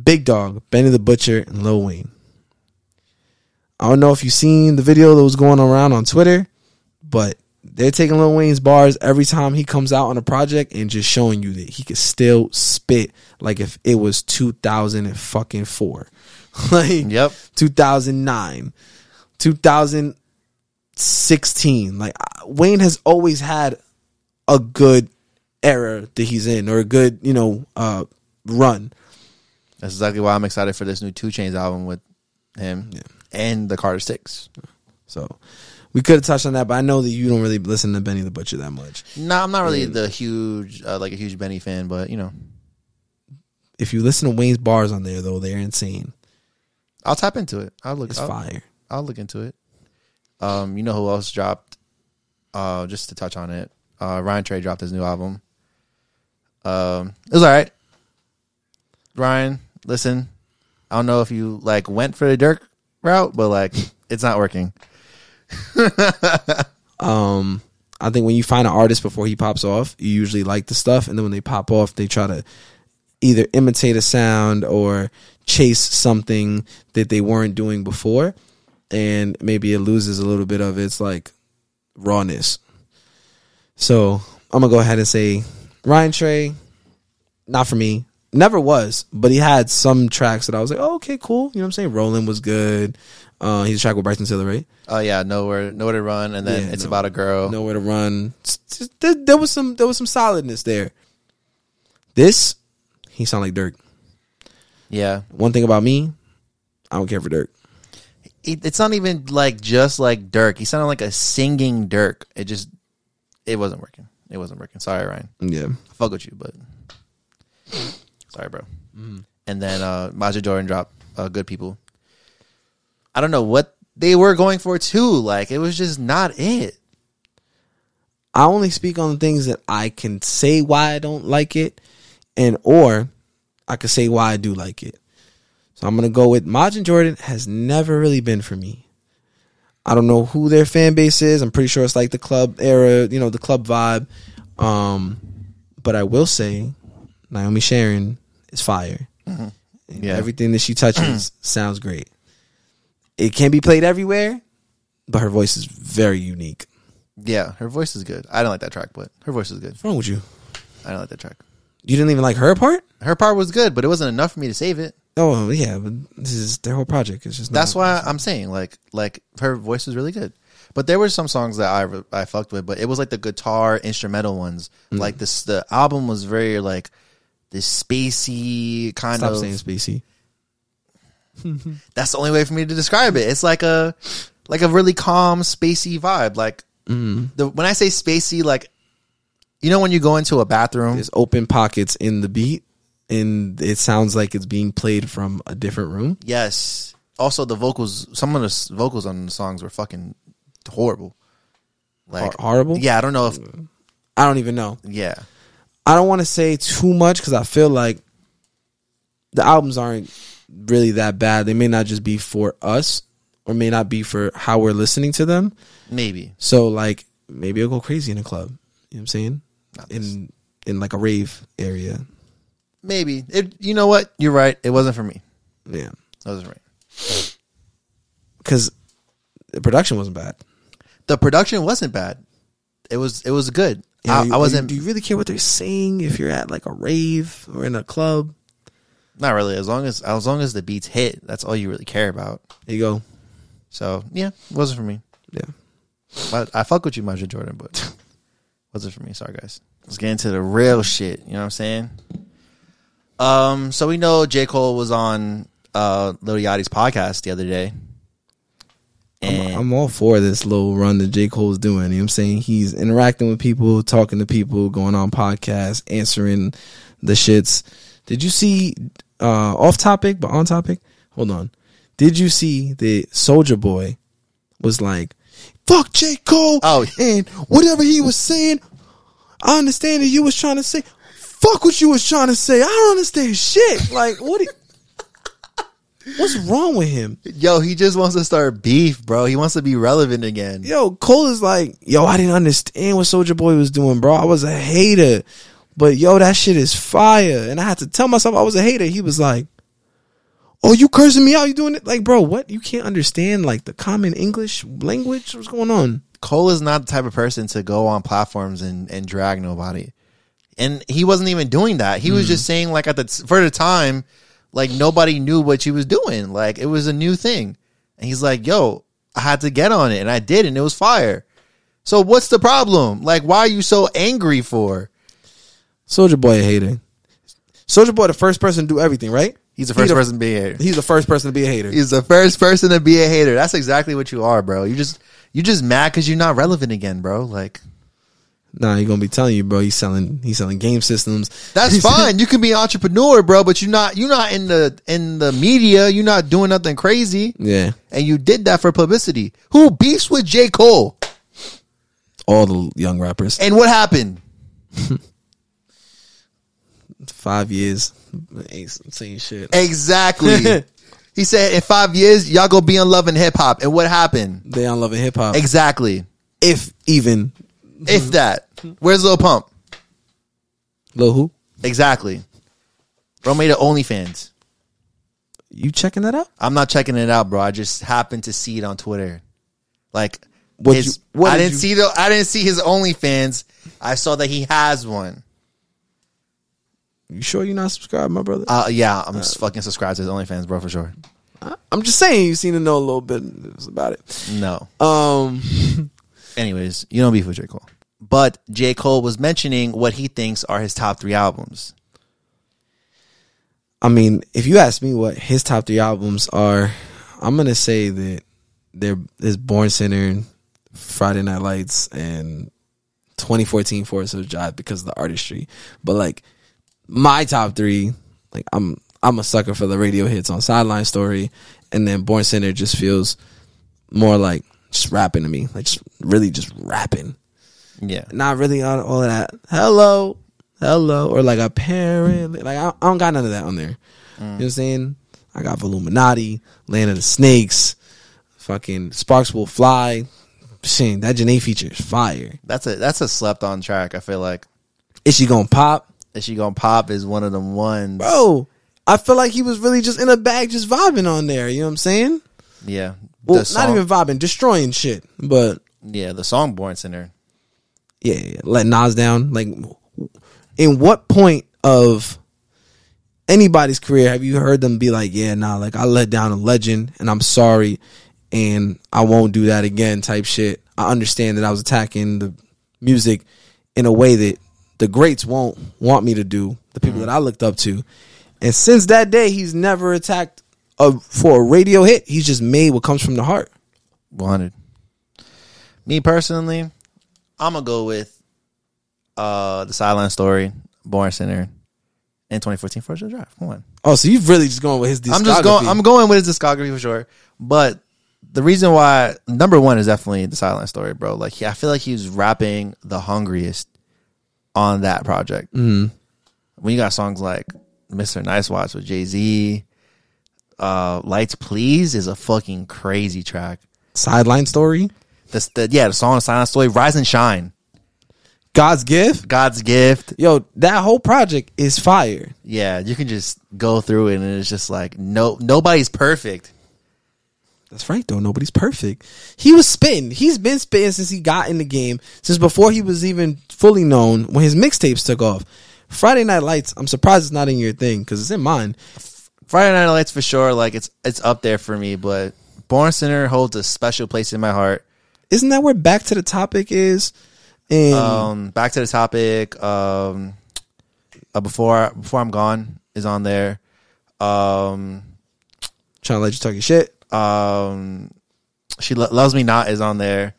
[SPEAKER 2] Big Dog, Benny the Butcher, and Lil Wayne. I don't know if you've seen the video that was going around on Twitter, but they're taking Lil Wayne's bars every time he comes out on a project and just showing you that he could still spit like if it was 2004. like,
[SPEAKER 1] Yep.
[SPEAKER 2] 2009, 2016. Like I- Wayne has always had a good era that he's in or a good, you know, uh run.
[SPEAKER 1] That's exactly why I'm excited for this new Two Chains album with him and the Carter Six.
[SPEAKER 2] So we could have touched on that, but I know that you don't really listen to Benny the Butcher that much.
[SPEAKER 1] No, I'm not really the huge uh, like a huge Benny fan, but you know,
[SPEAKER 2] If you listen to Wayne's bars on there though, they're insane.
[SPEAKER 1] I'll tap into it. I'll look.
[SPEAKER 2] It's
[SPEAKER 1] I'll,
[SPEAKER 2] fire.
[SPEAKER 1] I'll look into it. Um, you know who else dropped? Uh, just to touch on it, uh, Ryan Trey dropped his new album. Um, it was all right. Ryan, listen, I don't know if you like went for the Dirk route, but like it's not working.
[SPEAKER 2] Um I think when you find an artist before he pops off, you usually like the stuff and then when they pop off, they try to either imitate a sound or chase something that they weren't doing before and maybe it loses a little bit of its like rawness so i'm gonna go ahead and say ryan trey not for me never was but he had some tracks that i was like oh, okay cool you know what i'm saying roland was good uh he's a track with bryson tiller right
[SPEAKER 1] Oh yeah, nowhere, nowhere to run, and then
[SPEAKER 2] Yeah,
[SPEAKER 1] it's
[SPEAKER 2] no-
[SPEAKER 1] about a girl.
[SPEAKER 2] nowhere to run S- s- there, there was some there was some solidness there this he sound like dirk
[SPEAKER 1] Yeah,
[SPEAKER 2] one thing about me, I don't care for Dirk.
[SPEAKER 1] it, it's not even like just like Dirk. He sounded like a singing Dirk. It just, it wasn't working. It wasn't working. Sorry, Ryan.
[SPEAKER 2] Yeah.
[SPEAKER 1] I fuck with you, but sorry, bro.
[SPEAKER 2] Mm.
[SPEAKER 1] And then uh, Maja Jordan dropped uh, "Good People." I don't know what they were going for too. Like it was just not it.
[SPEAKER 2] I only speak on the things that I can say why I don't like it and or I could say why I do like it. So I'm gonna go with Majin Jordan has never really been for me. I don't know who their fan base is. I'm pretty sure it's like the club era, you know, the club vibe. Um, but I will say Naomi Sharon is fire. And
[SPEAKER 1] Yeah.
[SPEAKER 2] Everything that she touches sounds great. It can't be played everywhere, but her voice is very unique.
[SPEAKER 1] Yeah, her voice is good. I don't like that track, but her voice is good.
[SPEAKER 2] What's wrong with you?
[SPEAKER 1] I don't like that track.
[SPEAKER 2] You didn't even like her part?
[SPEAKER 1] Her part was good, but it wasn't enough for me to save it.
[SPEAKER 2] Oh yeah, but this is their whole project. It's just
[SPEAKER 1] That's
[SPEAKER 2] not,
[SPEAKER 1] why I'm saying like like her voice was really good. But there were some songs that I re- I fucked with, but it was like the guitar instrumental ones.
[SPEAKER 2] Mm.
[SPEAKER 1] Like this, the album was very like this spacey kind
[SPEAKER 2] Stop
[SPEAKER 1] of.
[SPEAKER 2] saying spacey.
[SPEAKER 1] That's the only way for me to describe it. It's like a like a really calm spacey vibe. Like
[SPEAKER 2] Mm.
[SPEAKER 1] the when I say spacey, like you know when you go into a bathroom,
[SPEAKER 2] There's open pockets in the beat, and it sounds like it's being played from a different room.
[SPEAKER 1] Yes. Also, the vocals. Some of the s- vocals on the songs were fucking horrible. Like
[SPEAKER 2] Hor- horrible?
[SPEAKER 1] Yeah, I don't know if.
[SPEAKER 2] I don't even know.
[SPEAKER 1] Yeah,
[SPEAKER 2] I don't want to say too much because I feel like the albums aren't really that bad. They may not just be for us, or may not be for how we're listening to them.
[SPEAKER 1] maybe.
[SPEAKER 2] So like maybe it'll go crazy in a club. You know what I'm saying? In in like a rave area.
[SPEAKER 1] Maybe it. You know what? You're right. It wasn't for me.
[SPEAKER 2] Yeah,
[SPEAKER 1] It wasn't right.
[SPEAKER 2] because the production wasn't bad.
[SPEAKER 1] The production wasn't bad. It was. It was good.
[SPEAKER 2] Yeah,
[SPEAKER 1] I,
[SPEAKER 2] you-
[SPEAKER 1] I wasn't.
[SPEAKER 2] Do you really care what they're saying if you're at like a rave or in a club?
[SPEAKER 1] not really. As long as as long as the beats hit, that's all you really care about.
[SPEAKER 2] There you go.
[SPEAKER 1] So yeah, it wasn't for me.
[SPEAKER 2] Yeah.
[SPEAKER 1] But I fuck with you, Major Jordan, but wasn't for me. Sorry, guys. Let's get into the real shit. You know what I'm saying? Um, so we know J. Cole was on uh Lil Yachty's podcast the other day. And
[SPEAKER 2] I'm, I'm all for this little run that J. Cole's doing. You know what I'm saying? He's interacting with people, talking to people, going on podcasts, answering the shits. Did you see uh off topic but on topic? Hold on. Did you see the Soldier Boy was like, fuck J. Cole
[SPEAKER 1] Oh.
[SPEAKER 2] and whatever he was saying, I understand that you was trying to say fuck what you was trying to say. I don't understand shit. Like what do you- What's wrong with him?
[SPEAKER 1] yo, he just wants to start beef, bro. He wants to be relevant again.
[SPEAKER 2] yo, Cole is like, yo, I didn't understand what Soldier Boy was doing, bro. I was a hater, but yo, that shit is fire. And I had to tell myself I was a hater. He was like, oh, you cursing me out? You doing it? Like, bro, what? You can't understand like the common English language? What's going on?
[SPEAKER 1] Cole is not the type of person to go on platforms and, and drag nobody. And he wasn't even doing that. He
[SPEAKER 2] Hmm.
[SPEAKER 1] was just saying like at the for the time, like nobody knew what she was doing. Like it was a new thing. And he's like, "Yo, I had to get on it, and I did, and it was fire." So what's the problem? Like, why are you so angry for?
[SPEAKER 2] Soldier Boy a hater. Soldier Boy, the first person to do everything, right?
[SPEAKER 1] He's the
[SPEAKER 2] He
[SPEAKER 1] first person to be a hater.
[SPEAKER 2] He's the first person to be a hater.
[SPEAKER 1] He's the first person to be a hater. That's exactly what you are, bro. You just you just mad because you're not relevant again, bro. Like
[SPEAKER 2] Nah, he's gonna be telling you, bro. He's selling. He's selling game systems.
[SPEAKER 1] That's fine. You can be an entrepreneur, bro, but you're not you're not in the in the media. You're not doing nothing crazy.
[SPEAKER 2] Yeah,
[SPEAKER 1] And you did that for publicity. Who beefs with J. Cole?
[SPEAKER 2] all the young rappers.
[SPEAKER 1] And what happened?
[SPEAKER 2] Five years, ain't saying shit.
[SPEAKER 1] Exactly. he said in five years, y'all gonna be in love and hip hop. And what happened?
[SPEAKER 2] They on Love and Hip Hop.
[SPEAKER 1] Exactly.
[SPEAKER 2] if even
[SPEAKER 1] If that. Where's Lil Pump?
[SPEAKER 2] Lil Who,
[SPEAKER 1] Exactly. Bro made it OnlyFans.
[SPEAKER 2] you checking that out?
[SPEAKER 1] I'm not checking it out, bro. I just happened to see it on Twitter. Like,
[SPEAKER 2] What
[SPEAKER 1] his-
[SPEAKER 2] you- what
[SPEAKER 1] I
[SPEAKER 2] did
[SPEAKER 1] didn't
[SPEAKER 2] you-
[SPEAKER 1] see the I didn't see his OnlyFans. I saw that he has one.
[SPEAKER 2] You sure you're not subscribed, my brother?
[SPEAKER 1] Uh, yeah, I'm just fucking subscribed to his OnlyFans, bro, for sure.
[SPEAKER 2] I, I'm just saying you seem to know a little bit about it.
[SPEAKER 1] No.
[SPEAKER 2] Um,
[SPEAKER 1] Anyways, you don't beef with J Cole, but J Cole was mentioning what he thinks are his top three albums.
[SPEAKER 2] I mean, if you ask me what his top three albums are, I'm gonna say that they're is Born Center, Friday Night Lights, and 2014 Forest of Jive because of the artistry. But like my top three, like I'm I'm a sucker for the radio hits on Sideline Story, and then Born Center just feels more like just rapping to me, like just really just rapping
[SPEAKER 1] Yeah,
[SPEAKER 2] not really on all of that. Hello, hello, or like apparently, like I, I don't got none of that on there. You know what I'm saying? I got Voluminati, Land of the Snakes, fucking Sparks Will Fly. Shit, that Janae feature is fire.
[SPEAKER 1] that's a that's a slept on track. I feel like
[SPEAKER 2] Is she gonna pop,
[SPEAKER 1] is she gonna pop is one of them ones,
[SPEAKER 2] bro? I feel like he was really just in a bag, just vibing on there. You know what I'm saying?
[SPEAKER 1] Yeah.
[SPEAKER 2] Well,
[SPEAKER 1] the song,
[SPEAKER 2] not even vibing, destroying shit. But
[SPEAKER 1] Yeah, the song Born Sinner.
[SPEAKER 2] yeah, yeah, yeah, let Nas down. Like, in what point of anybody's career have you heard them be like, "Yeah, nah, like I let down a legend, and I'm sorry, and I won't do that again." Type shit. I understand that I was attacking the music in a way that the greats won't want me to do. The people
[SPEAKER 1] Mm-hmm.
[SPEAKER 2] that I looked up to, and since that day, he's never attacked a, for a radio hit. He's just made what comes from the heart.
[SPEAKER 1] 100. Me personally, I'm going to go with uh The Silent Story, Born Sinner, and 2014 First Wheel Drive. Come on.
[SPEAKER 2] Oh, so you've really just going with his discography.
[SPEAKER 1] I'm just going. I'm going with his discography for sure. But the reason why number one is definitely the Silent Story, bro. Like he- I feel like he was rapping the hungriest on that project. When you got songs like Mr. Nice Watch with Jay Z, uh, Lights Please is a fucking crazy track.
[SPEAKER 2] Sideline story.
[SPEAKER 1] This, the, yeah, the song Silent Story, Rise and Shine,
[SPEAKER 2] God's gift.
[SPEAKER 1] God's Gift.
[SPEAKER 2] Yo, that whole project is fire.
[SPEAKER 1] Yeah, you can just go through it, and it's just like no, nobody's perfect.
[SPEAKER 2] That's right though. Nobody's perfect. He was spitting. He's been spitting since he got in the game, since before he was even fully known. When his mixtapes took off, Friday Night Lights. I'm surprised it's not in your thing because it's in mine.
[SPEAKER 1] Friday Night Lights for sure. Like it's it's up there for me, but Born Sinner holds a special place in my heart.
[SPEAKER 2] Isn't that where Back to the Topic is? And
[SPEAKER 1] Um, back to the topic. Um, uh, before before I'm gone is on there. Um,
[SPEAKER 2] trying to let you talk your shit.
[SPEAKER 1] um, she Lo- loves me not is on there.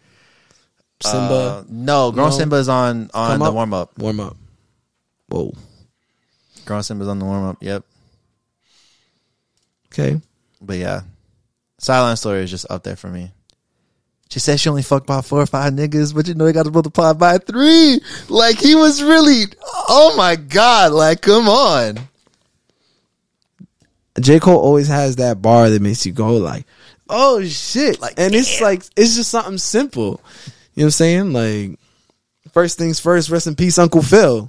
[SPEAKER 2] Simba,
[SPEAKER 1] Uh, no, Grown
[SPEAKER 2] No.
[SPEAKER 1] Simba is on on
[SPEAKER 2] Come
[SPEAKER 1] the
[SPEAKER 2] Up?
[SPEAKER 1] warm up.
[SPEAKER 2] warm up. Whoa.
[SPEAKER 1] Grown Simba's on the warm up. Yep.
[SPEAKER 2] Okay.
[SPEAKER 1] But yeah, Silent Story is just up there for me. She said she only fucked by four or five niggas, but you know they got to multiply by three. Like he was really, oh my god! Like come on,
[SPEAKER 2] J. Cole always has that bar that makes you go like, oh shit. Like and it's like it's just something simple. You know what I'm saying? Like first things first, rest in peace, Uncle Phil.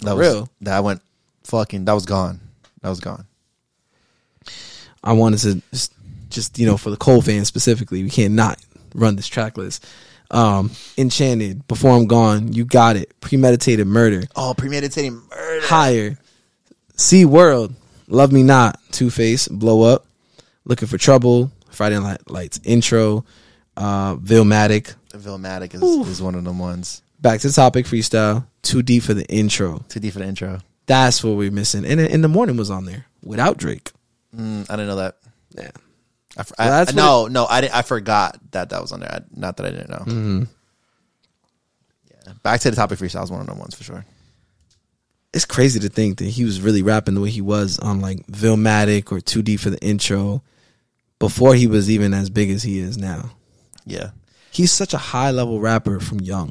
[SPEAKER 1] that
[SPEAKER 2] Real.
[SPEAKER 1] was that went fucking that was gone. That was gone.
[SPEAKER 2] I wanted to s- just, you know, for the Cole fans specifically, we can't not run this track list. Um, Enchanted, Before I'm Gone, You Got It, Premeditated Murder,
[SPEAKER 1] Oh, premeditating murder.
[SPEAKER 2] Higher, Sea World, Love Me Not, Two Face, Blow Up, Looking for Trouble, Friday Night Lights Intro, uh, Vilmatic,
[SPEAKER 1] Vilmatic is, is one of them ones.
[SPEAKER 2] Back to topic freestyle. Too deep for the intro.
[SPEAKER 1] Too deep for the intro.
[SPEAKER 2] That's what we're missing. And in the morning was on there without Drake.
[SPEAKER 1] Mm, I didn't know that.
[SPEAKER 2] Yeah.
[SPEAKER 1] I, f-
[SPEAKER 2] Well,
[SPEAKER 1] I-
[SPEAKER 2] that's what
[SPEAKER 1] no, no, I didn't, I forgot that that was on there. I, not that I didn't know.
[SPEAKER 2] Mm-hmm.
[SPEAKER 1] Yeah, back to the topic freestyle is one of them ones for sure.
[SPEAKER 2] It's crazy to think that he was really rapping the way he was on like Vilmatic or Too Deep for the intro before he was even as big as he is now.
[SPEAKER 1] Yeah,
[SPEAKER 2] He's such a high level rapper from young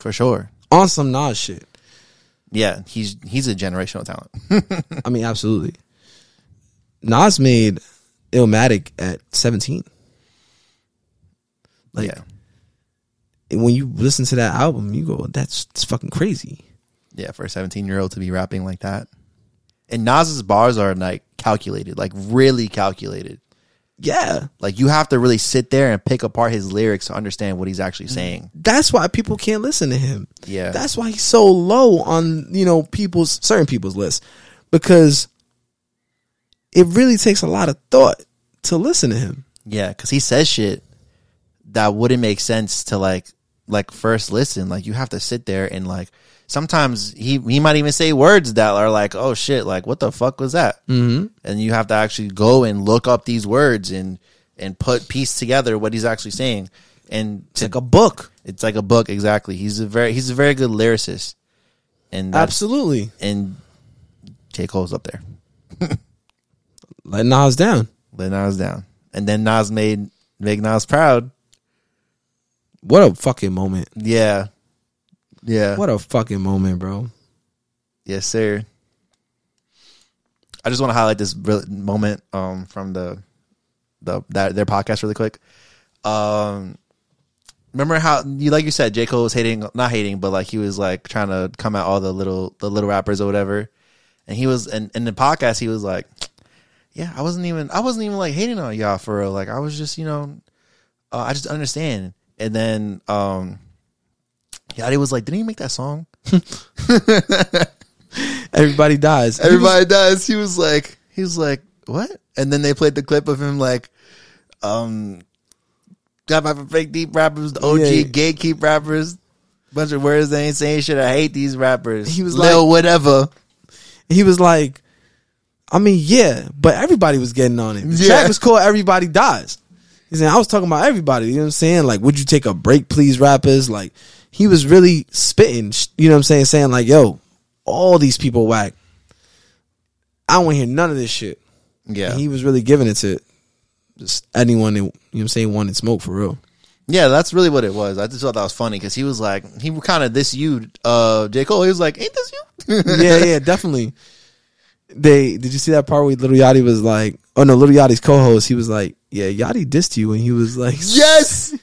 [SPEAKER 1] for sure.
[SPEAKER 2] on some Nas shit.
[SPEAKER 1] Yeah, he's he's a generational talent.
[SPEAKER 2] I mean, absolutely. Nas made Illmatic at 17. Like,
[SPEAKER 1] yeah,
[SPEAKER 2] and when you listen to that album, you go, that's, that's fucking crazy.
[SPEAKER 1] yeah, for a seventeen-year-old to be rapping like that, and Nas's bars are like calculated, like really calculated.
[SPEAKER 2] Yeah.
[SPEAKER 1] Like you have to really sit there and pick apart his lyrics to understand what he's actually saying.
[SPEAKER 2] that's why people can't listen to him.
[SPEAKER 1] Yeah.
[SPEAKER 2] That's why he's so low on, you know, people's certain people's list because it really takes a lot of thought to listen to him.
[SPEAKER 1] Yeah, because he says shit that wouldn't make sense to like like first listen. Like you have to sit there and like sometimes he he might even say words that are like oh shit like what the fuck was that? Mm-hmm. And you have to actually go and look up these words and and put piece together what he's actually saying. And
[SPEAKER 2] It's like a book.
[SPEAKER 1] it's like a book exactly. He's a very he's a very good lyricist, and that's,
[SPEAKER 2] Absolutely.
[SPEAKER 1] and J Cole's up there.
[SPEAKER 2] Let Nas down.
[SPEAKER 1] Let Nas down, and then Nas made make Nas proud.
[SPEAKER 2] What a fucking moment.
[SPEAKER 1] Yeah, yeah.
[SPEAKER 2] What a fucking moment, bro.
[SPEAKER 1] Yes, sir. I just want to highlight this real moment um, from the the that their podcast really quick. Um, remember how you like you said J Cole was hating, not hating, but like he was like trying to come at all the little the little rappers or whatever, And he was, and in the podcast, he was like, "Yeah, I wasn't even, I wasn't even like hating on y'all for real. Like, I was just, you know, uh, I just understand." And then, um, Yachty was like, "Didn't he make that song?"
[SPEAKER 2] Everybody dies.
[SPEAKER 1] Everybody does. He was like, he was like, what? And then they played the clip of him like, um, got my fake deep rappers, the OG
[SPEAKER 2] Yeah.
[SPEAKER 1] gatekeep rappers, bunch of words they ain't saying shit. I hate these rappers.
[SPEAKER 2] He was
[SPEAKER 1] Lil whatever.
[SPEAKER 2] he was like, I mean, yeah, but everybody was getting on it. The
[SPEAKER 1] Yeah.
[SPEAKER 2] track was called Everybody Dies. He said, I was talking about everybody. You know what I'm saying? Like, would you take a break, please, rappers? Like, he was really spitting, sh- you know what I'm saying? Saying, like, yo, all these people whack. I don't want to hear none of this shit.
[SPEAKER 1] Yeah,
[SPEAKER 2] And he was really giving it to just anyone, that, you know what I'm saying, wanted smoke for real.
[SPEAKER 1] yeah, that's really what it was. I just thought that was funny because he was like, he kind of this you, uh, J Cole. He was like, ain't this you?
[SPEAKER 2] yeah, yeah, definitely. They did you see that part where Little Yachty was like, oh no, Little Yachty's co-host. He was like, yeah, Yachty dissed you, and he was like,
[SPEAKER 1] yes.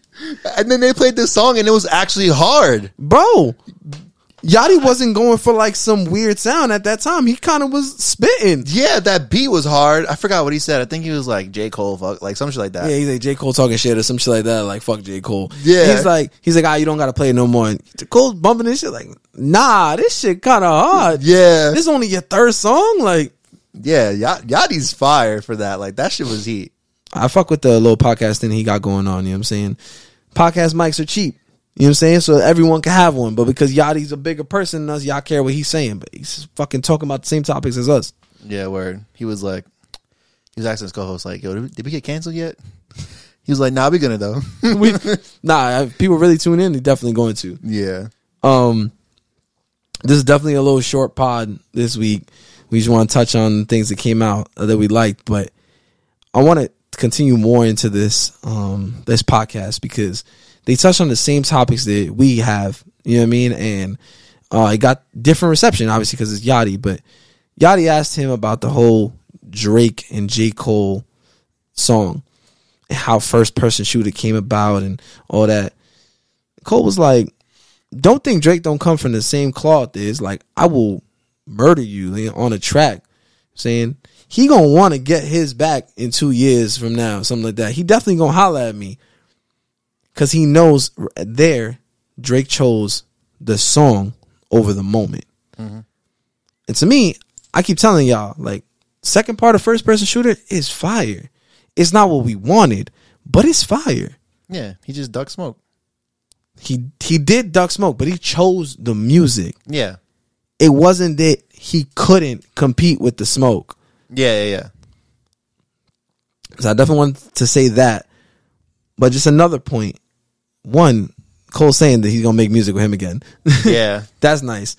[SPEAKER 1] And then they played this song and it was actually hard.
[SPEAKER 2] bro, Yachty wasn't going for like some weird sound at that time. He kind of was spitting.
[SPEAKER 1] Yeah, that beat was hard. I forgot what he said. I think he was like J Cole, fuck, like some shit like that.
[SPEAKER 2] Yeah, he's like J Cole talking shit or some shit like that. Like fuck J Cole.
[SPEAKER 1] Yeah.
[SPEAKER 2] he's like he's like ah, you don't gotta play it no more. And J Cole's bumping this shit like nah, this shit kind of hard.
[SPEAKER 1] Yeah,
[SPEAKER 2] this is only your third song. Like
[SPEAKER 1] yeah. Ya- Yachty's fire for that. Like that shit was heat.
[SPEAKER 2] I fuck with the little podcast thing he got going on. You know what I'm saying? Podcast mics are cheap. You know what I'm saying? So everyone can have one. But because Yachty's a bigger person than us, y'all care what he's saying. But he's fucking talking about the same topics as us.
[SPEAKER 1] Yeah, word. He was like, he was asking his co-host like, "Yo, did we, did we get canceled yet?" He was like, "Nah, we gonna though."
[SPEAKER 2] We, nah, if people really tune in, they're definitely going to.
[SPEAKER 1] yeah,
[SPEAKER 2] Um, this is definitely a little short pod this week. We just want to touch on things that came out uh, that we liked, but I want to continue more into this um this podcast because they touched on the same topics that we have. You know what I mean? And uh, it got different reception, obviously, because it's Yachty. But Yachty asked him about the whole Drake and J Cole song, and how first person shooter came about, and all that. Cole was like, don't think Drake don't come from the same cloth is like I will murder you on a track saying he gonna want to get his back in two years from now something like that he definitely gonna holler at me because he knows r- there Drake chose the song over the moment and to me I keep telling y'all like second part of first person shooter is fire it's not what we wanted but it's fire
[SPEAKER 1] yeah. He just duck smoke.
[SPEAKER 2] he he did duck smoke but he chose the music
[SPEAKER 1] Yeah,
[SPEAKER 2] it wasn't that he couldn't compete with the smoke.
[SPEAKER 1] yeah, yeah, yeah.
[SPEAKER 2] So I definitely wanted to say that. But just another point. One, Cole saying that he's gonna make music with him again.
[SPEAKER 1] Yeah,
[SPEAKER 2] That's nice.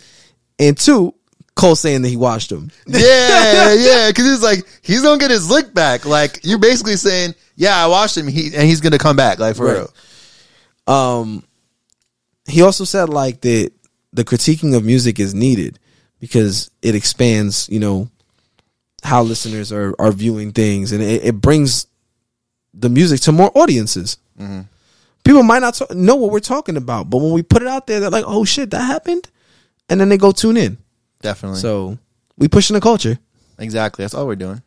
[SPEAKER 2] And two, Cole saying that he watched him.
[SPEAKER 1] yeah, yeah. Because he's like, he's gonna get his lick back. Like you're basically saying, "Yeah, I watched him. He and he's gonna come back." Like for
[SPEAKER 2] Right.
[SPEAKER 1] real.
[SPEAKER 2] Um he also said like that the critiquing of music is needed because it expands, you know, how listeners are are viewing things and it, it brings the music to more audiences.
[SPEAKER 1] Mm-hmm.
[SPEAKER 2] People might not ta- know what we're talking about, but when we put it out there, they're like, "Oh shit, that happened," and then they go tune in.
[SPEAKER 1] Definitely.
[SPEAKER 2] So we pushing the culture.
[SPEAKER 1] exactly. That's all we're doing.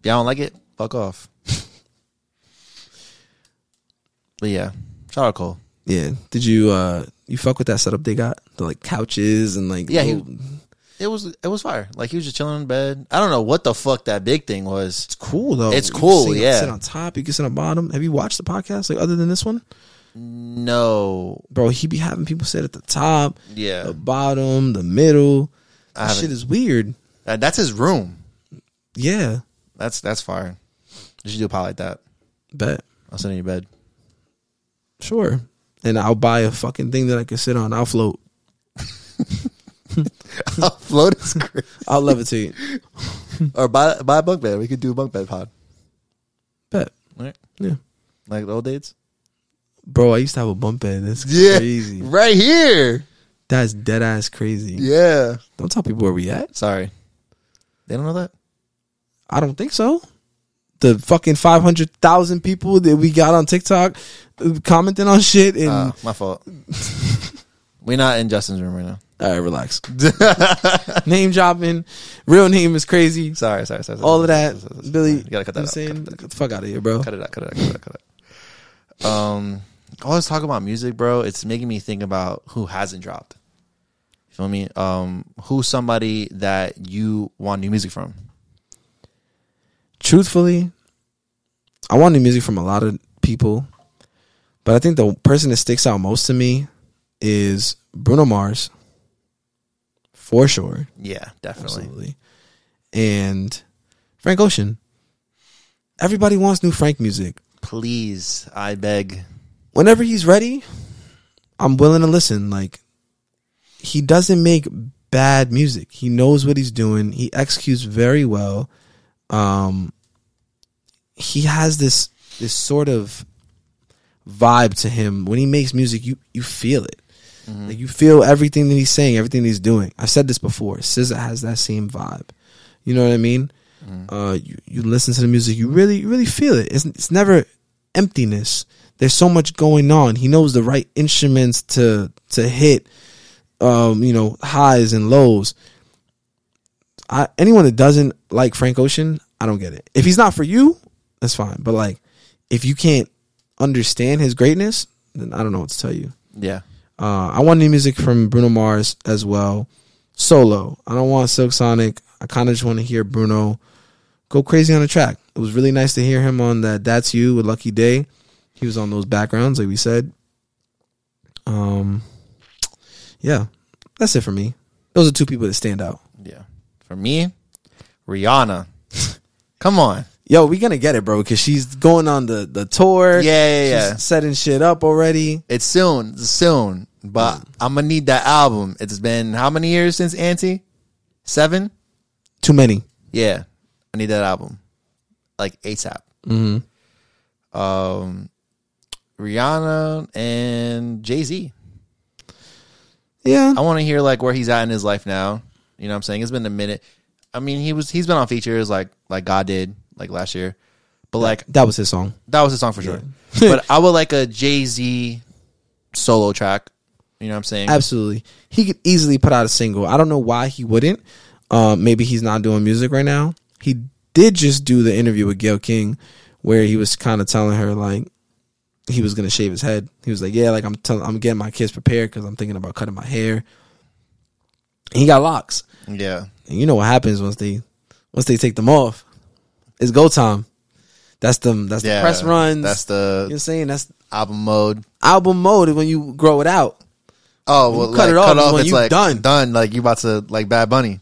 [SPEAKER 1] If y'all don't like it, fuck off. but yeah, shout out Cole.
[SPEAKER 2] Yeah. Did you uh you fuck with that setup they got? The like couches and like
[SPEAKER 1] Yeah, he-
[SPEAKER 2] little-
[SPEAKER 1] It was it was fire. Like he was just chilling in bed. I don't know what the fuck that big thing was.
[SPEAKER 2] it's cool though.
[SPEAKER 1] It's
[SPEAKER 2] You can
[SPEAKER 1] cool,
[SPEAKER 2] sit- you can
[SPEAKER 1] yeah.
[SPEAKER 2] sit on top. You can sit on bottom. Have you watched the podcast like other than this one,
[SPEAKER 1] No,
[SPEAKER 2] bro? He be having people sit at the top,
[SPEAKER 1] yeah,
[SPEAKER 2] the bottom, the middle.
[SPEAKER 1] I
[SPEAKER 2] That
[SPEAKER 1] haven't-
[SPEAKER 2] shit is weird.
[SPEAKER 1] Uh, that's his room.
[SPEAKER 2] Yeah,
[SPEAKER 1] That's that's fire. You should do a pot like that.
[SPEAKER 2] bet
[SPEAKER 1] I'll sit in your bed.
[SPEAKER 2] sure. And I'll buy a fucking thing that I can sit on. I'll float.
[SPEAKER 1] I'll float his crib.
[SPEAKER 2] I'll levitate.
[SPEAKER 1] or buy buy a bunk bed. We could do a bunk bed pod.
[SPEAKER 2] Bet.
[SPEAKER 1] Right.
[SPEAKER 2] Yeah,
[SPEAKER 1] Like the old days.
[SPEAKER 2] bro. I used to have a bump bed. That's
[SPEAKER 1] Yeah,
[SPEAKER 2] crazy.
[SPEAKER 1] right here.
[SPEAKER 2] That's dead ass crazy.
[SPEAKER 1] Yeah.
[SPEAKER 2] Don't tell people where we at.
[SPEAKER 1] Sorry, they don't know that.
[SPEAKER 2] I don't think so. The fucking five hundred thousand
[SPEAKER 1] Ah,
[SPEAKER 2] people that we got on TikTok uh, commenting on shit and
[SPEAKER 1] Uh, my fault. We're not in Justin's room right now.
[SPEAKER 2] All right, relax. name dropping, real name is crazy.
[SPEAKER 1] Sorry, sorry, sorry. sorry
[SPEAKER 2] All of that,
[SPEAKER 1] Sorry, sorry, sorry.
[SPEAKER 2] Billy.
[SPEAKER 1] You gotta cut that
[SPEAKER 2] I'm
[SPEAKER 1] out.
[SPEAKER 2] saying, get the fuck out of here, bro.
[SPEAKER 1] Cut it out. Cut it out. Cut it out. Cut it out. Um, all this talk about music, bro. It's making me think about who hasn't dropped. You feel me? Um, who's somebody that you want new music from?
[SPEAKER 2] Truthfully, I want new music from a lot of people, but I think the person that sticks out most to me is Bruno Mars, for sure.
[SPEAKER 1] Yeah, definitely.
[SPEAKER 2] Absolutely. And Frank Ocean. Everybody wants new Frank music.
[SPEAKER 1] Please, I beg.
[SPEAKER 2] Whenever he's ready, I'm willing to listen. Like, he doesn't make bad music. He knows what he's doing. He executes very well. Um, he has this this sort of vibe to him. When he makes music, you you feel it. Like you feel everything that he's saying, everything that he's doing. I've said this before. SZA has that same vibe. You know what I mean? Uh, you you listen to the music, you really you really feel it. It's it's never emptiness. There's so much going on. He knows the right instruments to to hit. Um, you know highs and lows. I anyone that doesn't like Frank Ocean, I don't get it. If he's not for you, that's fine. But like, if you can't understand his greatness, then I don't know what to tell you.
[SPEAKER 1] Yeah.
[SPEAKER 2] Uh, I want new music from Bruno Mars as well, solo. I don't want Silk Sonic. I kind of just want to hear Bruno go crazy on the track. It was really nice to hear him on that "That's You" with Lucky Day. He was on those backgrounds, like we said. Um, yeah, that's it for me. Those are two people that stand out.
[SPEAKER 1] Yeah. For me, Rihanna. Come on.
[SPEAKER 2] Yo, we gonna get it, bro, because she's going on the the tour.
[SPEAKER 1] Yeah, yeah,
[SPEAKER 2] She's
[SPEAKER 1] yeah.
[SPEAKER 2] setting shit up already.
[SPEAKER 1] It's soon. It's soon. But I'm gonna need that album. It's been how many years since Auntie? Seven?
[SPEAKER 2] Too many.
[SPEAKER 1] Yeah. I need that album. Like ASAP.
[SPEAKER 2] hmm
[SPEAKER 1] Um Rihanna and Jay Z.
[SPEAKER 2] Yeah,
[SPEAKER 1] I want to hear like where he's at in his life now. You know what I'm saying? It's been a minute. I mean, he was he's been on features like like God did like last year. But like
[SPEAKER 2] that was his song.
[SPEAKER 1] that was his song for sure. but I would like a Jay Z solo track. You know what I'm saying?
[SPEAKER 2] Absolutely. He could easily put out a single. I don't know why he wouldn't. Uh, maybe he's not doing music right now. He did just do the interview with Gail King where he was kind of telling her like he was going to shave his head. He was like, "Yeah, like I'm telling I'm getting my kids prepared cuz I'm thinking about cutting my hair." And he got locks.
[SPEAKER 1] yeah.
[SPEAKER 2] And you know what happens once they once they take them off. It's go time. That's them that's
[SPEAKER 1] Yeah.
[SPEAKER 2] the press runs.
[SPEAKER 1] That's
[SPEAKER 2] you know what I'm
[SPEAKER 1] the
[SPEAKER 2] saying? That's
[SPEAKER 1] album mode.
[SPEAKER 2] album mode is when you grow it out.
[SPEAKER 1] Oh, well, like,
[SPEAKER 2] cut it off
[SPEAKER 1] cut
[SPEAKER 2] is
[SPEAKER 1] off.
[SPEAKER 2] when
[SPEAKER 1] it's
[SPEAKER 2] you
[SPEAKER 1] like
[SPEAKER 2] done.
[SPEAKER 1] done. Like you about to like Bad Bunny.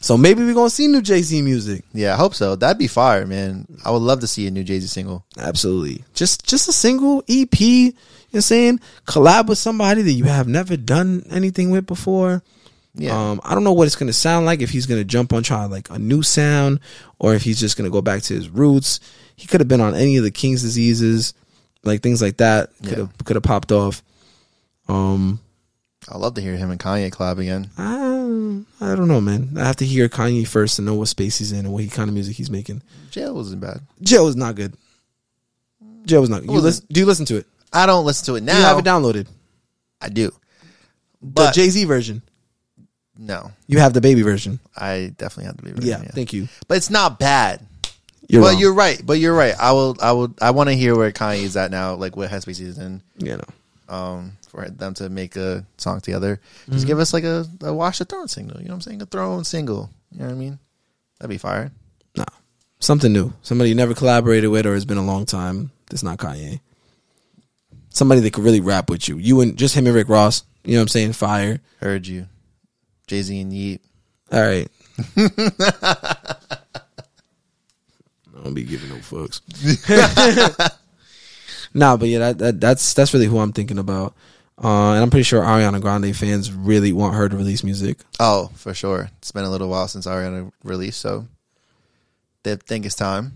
[SPEAKER 2] So maybe we're going to see new Jay-Z music.
[SPEAKER 1] Yeah, I hope so. That'd be fire, man. I would love to see a new Jay Z single.
[SPEAKER 2] Absolutely. Just just a single EP, you know what I'm saying? Collab with somebody that you have never done anything with before.
[SPEAKER 1] Yeah,
[SPEAKER 2] Um, I don't know what it's gonna sound like if he's gonna jump on trying like a new sound or if he's just gonna go back to his roots. He could have been on any of the King's diseases, like things like that. Could have could have popped off. Um
[SPEAKER 1] I'd love to hear him and Kanye collab again.
[SPEAKER 2] I, I don't know, man. I have to hear Kanye first to know what space he's in and what he kind of music he's making.
[SPEAKER 1] Jail wasn't bad.
[SPEAKER 2] Jail was not good. Jail was not good. You
[SPEAKER 1] Wasn't-
[SPEAKER 2] listen, do you listen to it?
[SPEAKER 1] I don't listen to it now.
[SPEAKER 2] Do you have it downloaded?
[SPEAKER 1] I do,
[SPEAKER 2] the
[SPEAKER 1] but
[SPEAKER 2] Jay Z version.
[SPEAKER 1] no,
[SPEAKER 2] You have the baby version.
[SPEAKER 1] I definitely have to be.
[SPEAKER 2] Yeah,
[SPEAKER 1] Yeah, yeah.
[SPEAKER 2] thank you.
[SPEAKER 1] but it's not bad.
[SPEAKER 2] You're
[SPEAKER 1] but
[SPEAKER 2] wrong.
[SPEAKER 1] you're right. But you're right. I will. I will. I want to hear where Kanye's at now. Like what headspace he's in.
[SPEAKER 2] you know.
[SPEAKER 1] Um, for them to make a song together, just give us like a, a wash the throne single. You know what I'm saying? A throne single. You know what I mean? That'd be fire.
[SPEAKER 2] Nah, something new. Somebody you never collaborated with, or it's been a long time. That's not Kanye. Somebody that could really rap with you. You and just him and Rick Ross. You know what I'm saying? Fire.
[SPEAKER 1] Heard you, Jay Z and Yeet.
[SPEAKER 2] All right. I don't be giving no fucks. nah, but yeah, that, that that's that's really who I'm thinking about. Uh, and I'm pretty sure Ariana Grande fans really want her to release music.
[SPEAKER 1] Oh, for sure. It's been a little while since Ariana released, so they think it's time.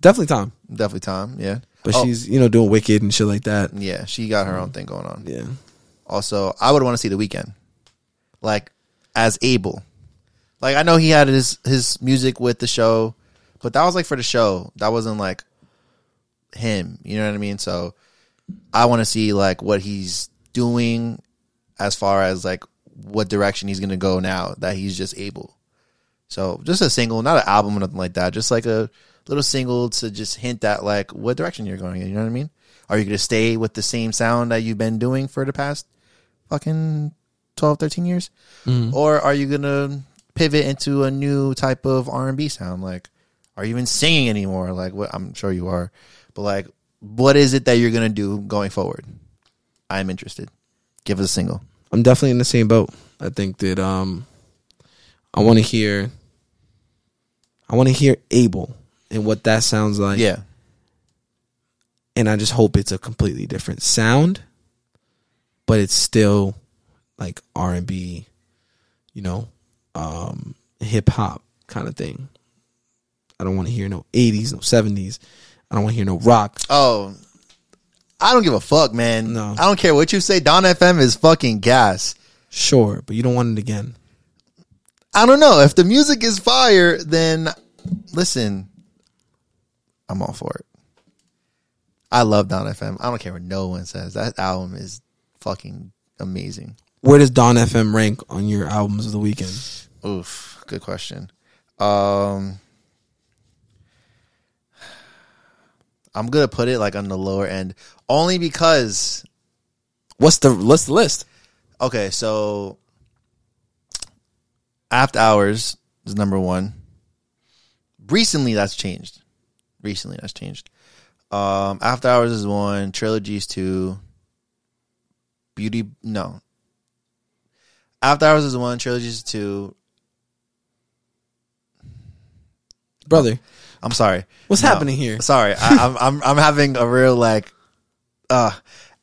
[SPEAKER 2] Definitely time.
[SPEAKER 1] Definitely time. Yeah,
[SPEAKER 2] But
[SPEAKER 1] Oh,
[SPEAKER 2] she's, you know, doing wicked and shit like that.
[SPEAKER 1] yeah. She got her own thing going on.
[SPEAKER 2] Yeah.
[SPEAKER 1] Also, I would want to see the weekend, like as Abel. Like I know he had his his music with the show, but that was like for the show. That wasn't like him. You know what I mean? So I want to see like what he's doing as far as like what direction he's gonna go now that he's just able. So just a single, not an album or nothing like that. Just like a little single to just hint at like what direction you're going in. You know what I mean? Are you gonna stay with the same sound that you've been doing for the past fucking 12, 13 years?
[SPEAKER 2] Mm-hmm.
[SPEAKER 1] Or are you gonna pivot into a new type of R and B sound? Like, are you even singing anymore? Like what I'm sure you are. But like what is it that you're gonna do going forward? I'm interested. Give us a single.
[SPEAKER 2] I'm definitely in the same boat. I think that um I want to hear I want to hear Abel and what that sounds like.
[SPEAKER 1] Yeah.
[SPEAKER 2] And I just hope it's a completely different sound, but it's still like R&B, you know, um hip hop kind of thing. I don't want to hear no 80s, no 70s. I don't want to hear no rock.
[SPEAKER 1] Oh, I don't give a fuck, man.
[SPEAKER 2] No.
[SPEAKER 1] I don't care what you say. Don FM is fucking gas.
[SPEAKER 2] Sure, but you don't want it again.
[SPEAKER 1] I don't know. If the music is fire, then listen, I'm all for it. I love Don FM. I don't care what no one says. That album is fucking amazing.
[SPEAKER 2] Where does Don FM rank on your albums of the weekend?
[SPEAKER 1] Oof, good question. Um I'm gonna put it like on the lower end only because
[SPEAKER 2] What's the what's the list?
[SPEAKER 1] Okay, so Aft Hours is number one. Recently, that's changed. Recently, that's changed. Um, After Hours is one. Trilogies two. Beauty no. After Hours is one. Trilogies is two.
[SPEAKER 2] Brother,
[SPEAKER 1] I'm sorry.
[SPEAKER 2] What's
[SPEAKER 1] No.
[SPEAKER 2] happening here?
[SPEAKER 1] Sorry, I, I'm I'm I'm having a real like. Uh,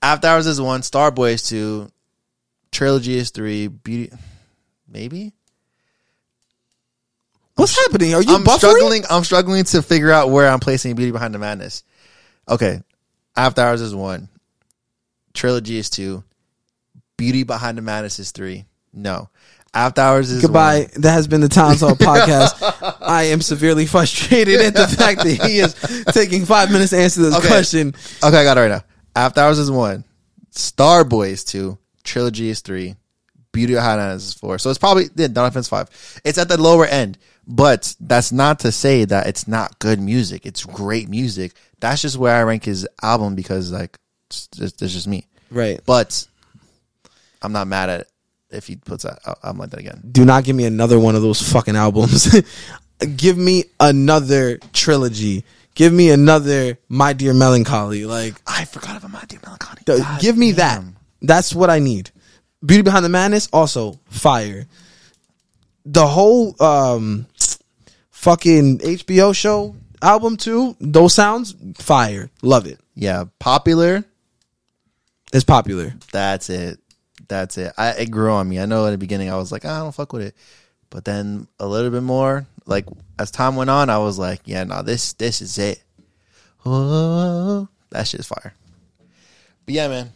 [SPEAKER 1] After Hours is one. Starboy is two. Trilogy is three. Beauty, maybe.
[SPEAKER 2] What's happening? Are you
[SPEAKER 1] I'm
[SPEAKER 2] buffering?
[SPEAKER 1] struggling. I'm struggling to figure out where I'm placing Beauty Behind the Madness. Okay, After Hours is one. Trilogy is two. Beauty Behind the Madness is three. No, After Hours is
[SPEAKER 2] Goodbye.
[SPEAKER 1] One.
[SPEAKER 2] That has been the Town Hall podcast. I am severely frustrated at the fact that he is taking five minutes to answer this
[SPEAKER 1] Okay.
[SPEAKER 2] question.
[SPEAKER 1] Okay, I got it right now. After Hours is one. Starboy is two. Trilogy is three. Beauty Behind the Madness is four. So it's probably yeah, Donovan's five. It's at the lower end, but that's not to say that it's not good music. It's great music. That's just where I rank his album because like it's just, it's just me.
[SPEAKER 2] Right.
[SPEAKER 1] But I'm not mad at it if he puts that out. I'm like that again.
[SPEAKER 2] Do not give me another one of those fucking albums. give me another trilogy. Give me another My Dear Melancholy. Like
[SPEAKER 1] I forgot about my dear melancholy.
[SPEAKER 2] th-
[SPEAKER 1] God
[SPEAKER 2] give me
[SPEAKER 1] damn.
[SPEAKER 2] that. That's what I need. Beauty Behind the Madness also fire. The whole um fucking HBO show album too, those sounds fire. Love it.
[SPEAKER 1] Yeah, popular.
[SPEAKER 2] It's popular.
[SPEAKER 1] That's it. That's it. I it grew on me. I know in the beginning I was like, "Ah, I don't fuck with it, but then a little bit more. Like as time went on, I was like, yeah, no, this this is it. Oh, that shit's fire. But yeah, man,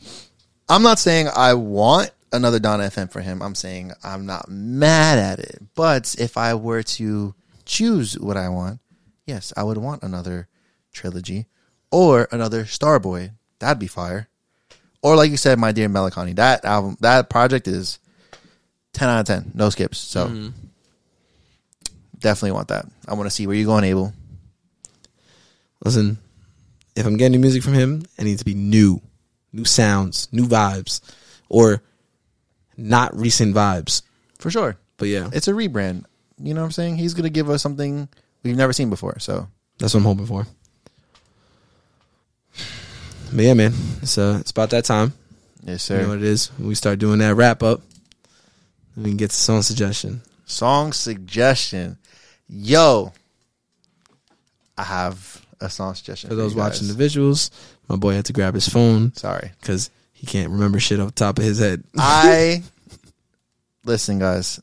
[SPEAKER 1] I'm not saying I want another Don FM for him. I'm saying I'm not mad at it. But if I were to choose what I want, yes, I would want another trilogy or another Starboy. That'd be fire. Or like you said, my dear Melancholy. That album, that project is ten out of ten, no skips. So
[SPEAKER 2] Mm-hmm.
[SPEAKER 1] definitely want that. I want to see where you're going, Abel.
[SPEAKER 2] Listen, if I'm getting new music from him, it needs to be new. New sounds, new vibes, or not recent vibes.
[SPEAKER 1] For sure.
[SPEAKER 2] But yeah,
[SPEAKER 1] It's a rebrand. You know what I'm saying? He's gonna give us something we've never seen before. So
[SPEAKER 2] that's what I'm hoping for. But yeah, man, it's uh, it's about that time.
[SPEAKER 1] yes,
[SPEAKER 2] You know what it is. When we start doing that wrap up, we can get to song suggestion.
[SPEAKER 1] Song suggestion. Yo. I have a song suggestion.
[SPEAKER 2] For
[SPEAKER 1] you
[SPEAKER 2] those watching the
[SPEAKER 1] guys.
[SPEAKER 2] visuals, my boy had to grab his phone
[SPEAKER 1] Sorry.
[SPEAKER 2] because he can't remember shit off the top of his head.
[SPEAKER 1] I listen, guys.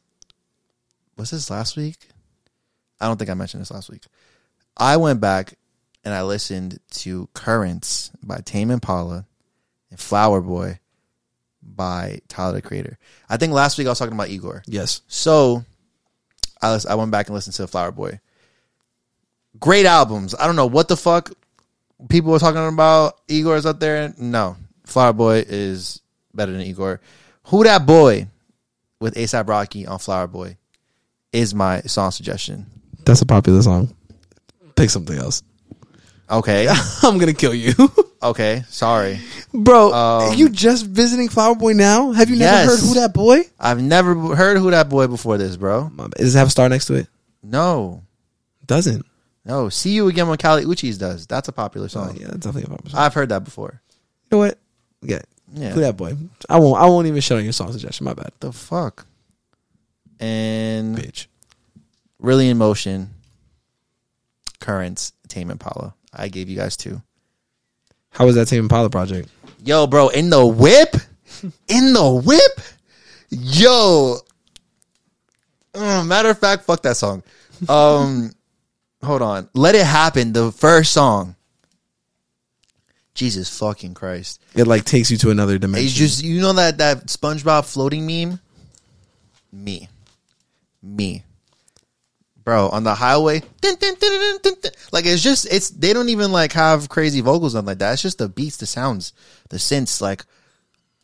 [SPEAKER 1] Was this last week? I don't think I mentioned this last week. I went back and I listened to "Currents" by Tame Impala and "Flower Boy" by Tyler the Creator. I think last week I was talking about Igor.
[SPEAKER 2] yes,
[SPEAKER 1] So I lis- I went back and listened to Flower Boy. Great albums. I don't know what the fuck people were talking about. Igor's up there. No, Flower Boy is better than Igor. Who that boy with ASAP Rocky on Flower Boy is my song suggestion.
[SPEAKER 2] That's a popular song. Pick something else.
[SPEAKER 1] Okay.
[SPEAKER 2] I'm gonna kill you,
[SPEAKER 1] okay. Sorry.
[SPEAKER 2] bro.
[SPEAKER 1] Um,
[SPEAKER 2] you just visiting Flower Boy now? Have you never
[SPEAKER 1] Yes.
[SPEAKER 2] heard who that boy?
[SPEAKER 1] I've never b- heard Who That Boy before this, bro.
[SPEAKER 2] My bad. Does it have a star next to it?
[SPEAKER 1] No.
[SPEAKER 2] Doesn't.
[SPEAKER 1] No. See You Again when Kali Uchis does. That's a popular
[SPEAKER 2] Oh
[SPEAKER 1] song.
[SPEAKER 2] yeah, that's definitely a popular song.
[SPEAKER 1] I've heard that before.
[SPEAKER 2] you know what? Yeah,
[SPEAKER 1] Yeah.
[SPEAKER 2] who that boy? I won't. I won't even shut on your song suggestion. My bad,
[SPEAKER 1] the fuck? And
[SPEAKER 2] bitch.
[SPEAKER 1] Really in Motion, Currents, Tame Impala. I gave you guys two.
[SPEAKER 2] How was that Tame Impala project?
[SPEAKER 1] Yo, bro, in the whip? In the whip? Yo. Uh, matter of fact, fuck that song. Um hold on. Let It Happen, the first song. Jesus fucking Christ.
[SPEAKER 2] It like takes you to another dimension.
[SPEAKER 1] It's just you know that that SpongeBob floating meme. Me, me, bro on the highway. dun, dun, dun, dun, dun, dun. Like it's just it's they don't even like have crazy vocals nothing like that. It's just the beats, the sounds, the synths, like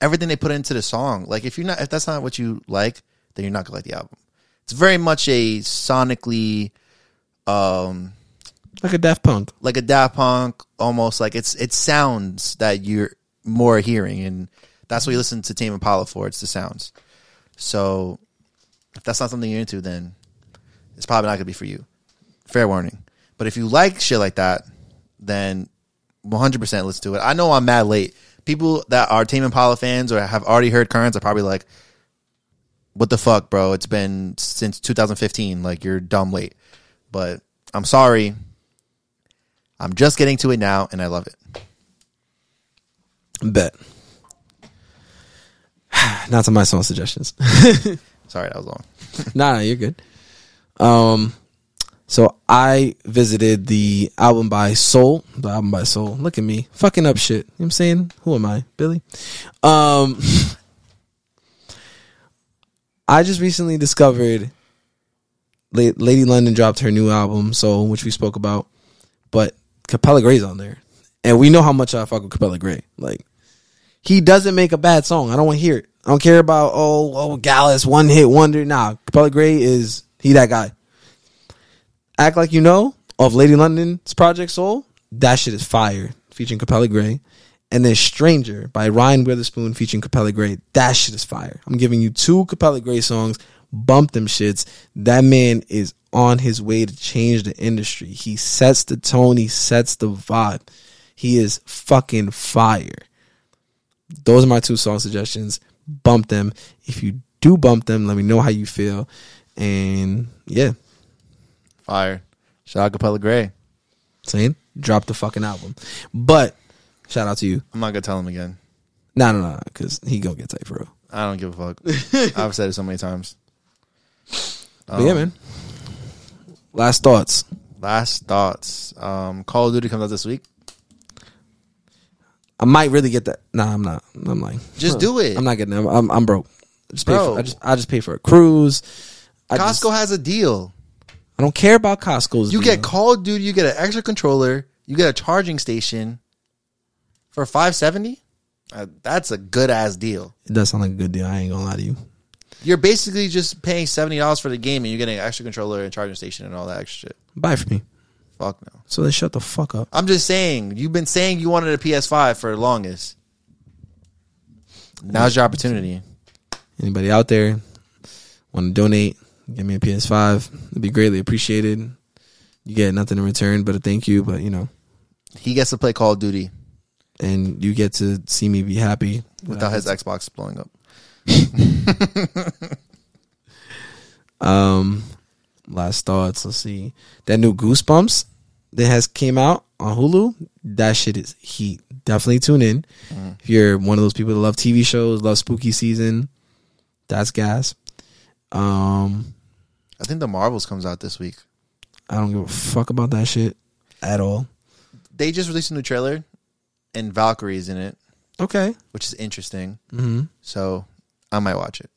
[SPEAKER 1] everything they put into the song. Like if you're not if that's not what you like, then you're not gonna like the album. It's very much a sonically um
[SPEAKER 2] like a Daft Punk.
[SPEAKER 1] like a Daft Punk, almost like it's it sounds that you're more hearing, and that's what you listen to Tame Impala for. It's the sounds. So if that's not something you're into, then it's probably not gonna be for you. Fair warning. But if you like shit like that, then 100 percent listen to it. I know I'm mad late. People that are Tame Impala fans or have already heard Currents are probably like, "What the fuck, bro? It's been since 2015. Like you're dumb late." But I'm sorry. I'm just getting to it now, and I love it.
[SPEAKER 2] Bet. Not to my song suggestions.
[SPEAKER 1] Sorry, that was long.
[SPEAKER 2] nah, nah, you're good. Um, so I visited the album by Soul, the album by Soul. Look at me, fucking up shit. You know what I'm saying? Who am I, Billy? Um, I just recently discovered La- Lady London dropped her new album, Soul, which we spoke about, but Capella Gray's on there, and we know how much I fuck with Capella Gray. Like, he doesn't make a bad song. I don't want to hear it. I don't care about oh oh Gallus one hit wonder. Nah, Capella Gray is he that guy. Act like you know of Lady London's Project Soul. That shit is fire featuring Capella Gray, and then Stranger by Ryan Witherspoon featuring Capella Gray. That shit is fire. I'm giving you two Capella Gray songs. Bump them shits. That man is on his way to change the industry. He sets the tone. He sets the vibe. He is fucking fire those are my two song suggestions. Bump them. If you do bump them, let me know how you feel. And yeah,
[SPEAKER 1] Fire. Shout out Capella Gray.
[SPEAKER 2] saying drop the fucking album. But shout out to you.
[SPEAKER 1] I'm not gonna tell him again.
[SPEAKER 2] No, no, no, because he gonna get tight for real.
[SPEAKER 1] I don't give a fuck. I've said it so many times.
[SPEAKER 2] but
[SPEAKER 1] Oh.
[SPEAKER 2] yeah, man. Last thoughts.
[SPEAKER 1] Last thoughts. Um, Call of Duty comes out this week.
[SPEAKER 2] I might really get that. Nah, I'm not. I'm like,
[SPEAKER 1] Just
[SPEAKER 2] huh,
[SPEAKER 1] do it.
[SPEAKER 2] I'm not getting them. I'm, I'm broke. I just, pay
[SPEAKER 1] Bro.
[SPEAKER 2] for, I just I just pay for a cruise. I
[SPEAKER 1] Costco
[SPEAKER 2] just-
[SPEAKER 1] has a deal.
[SPEAKER 2] I don't care about Costco's.
[SPEAKER 1] You
[SPEAKER 2] deal.
[SPEAKER 1] get Call of Duty. You get an extra controller. You get a charging station for five seventy. Uh, that's a good ass deal.
[SPEAKER 2] it does sound like a good deal. I ain't gonna lie to you.
[SPEAKER 1] You're basically just paying seventy dollars for the game, and you're getting an extra controller and charging station and all that extra shit.
[SPEAKER 2] Buy it for me.
[SPEAKER 1] Fuck no.
[SPEAKER 2] So then shut the fuck up.
[SPEAKER 1] I'm just saying, you've been saying you wanted a PS5 for the longest. Now's your opportunity.
[SPEAKER 2] anybody out there want to donate give me a ps5 it'd be greatly appreciated you get nothing in return but a thank you but you know
[SPEAKER 1] He gets to play Call of Duty
[SPEAKER 2] and you get to see me be happy
[SPEAKER 1] without his Xbox blowing up.
[SPEAKER 2] um last thoughts let's see that new goosebumps that has came out on hulu that shit is heat definitely tune in if you're one of those people that love tv shows love spooky season that's gas um
[SPEAKER 1] I think the Marvels comes out this week.
[SPEAKER 2] i don't give a fuck about that shit at all
[SPEAKER 1] They just released a new trailer, and Valkyrie's in it,
[SPEAKER 2] okay
[SPEAKER 1] which is interesting.
[SPEAKER 2] mm-hmm
[SPEAKER 1] So I might watch it.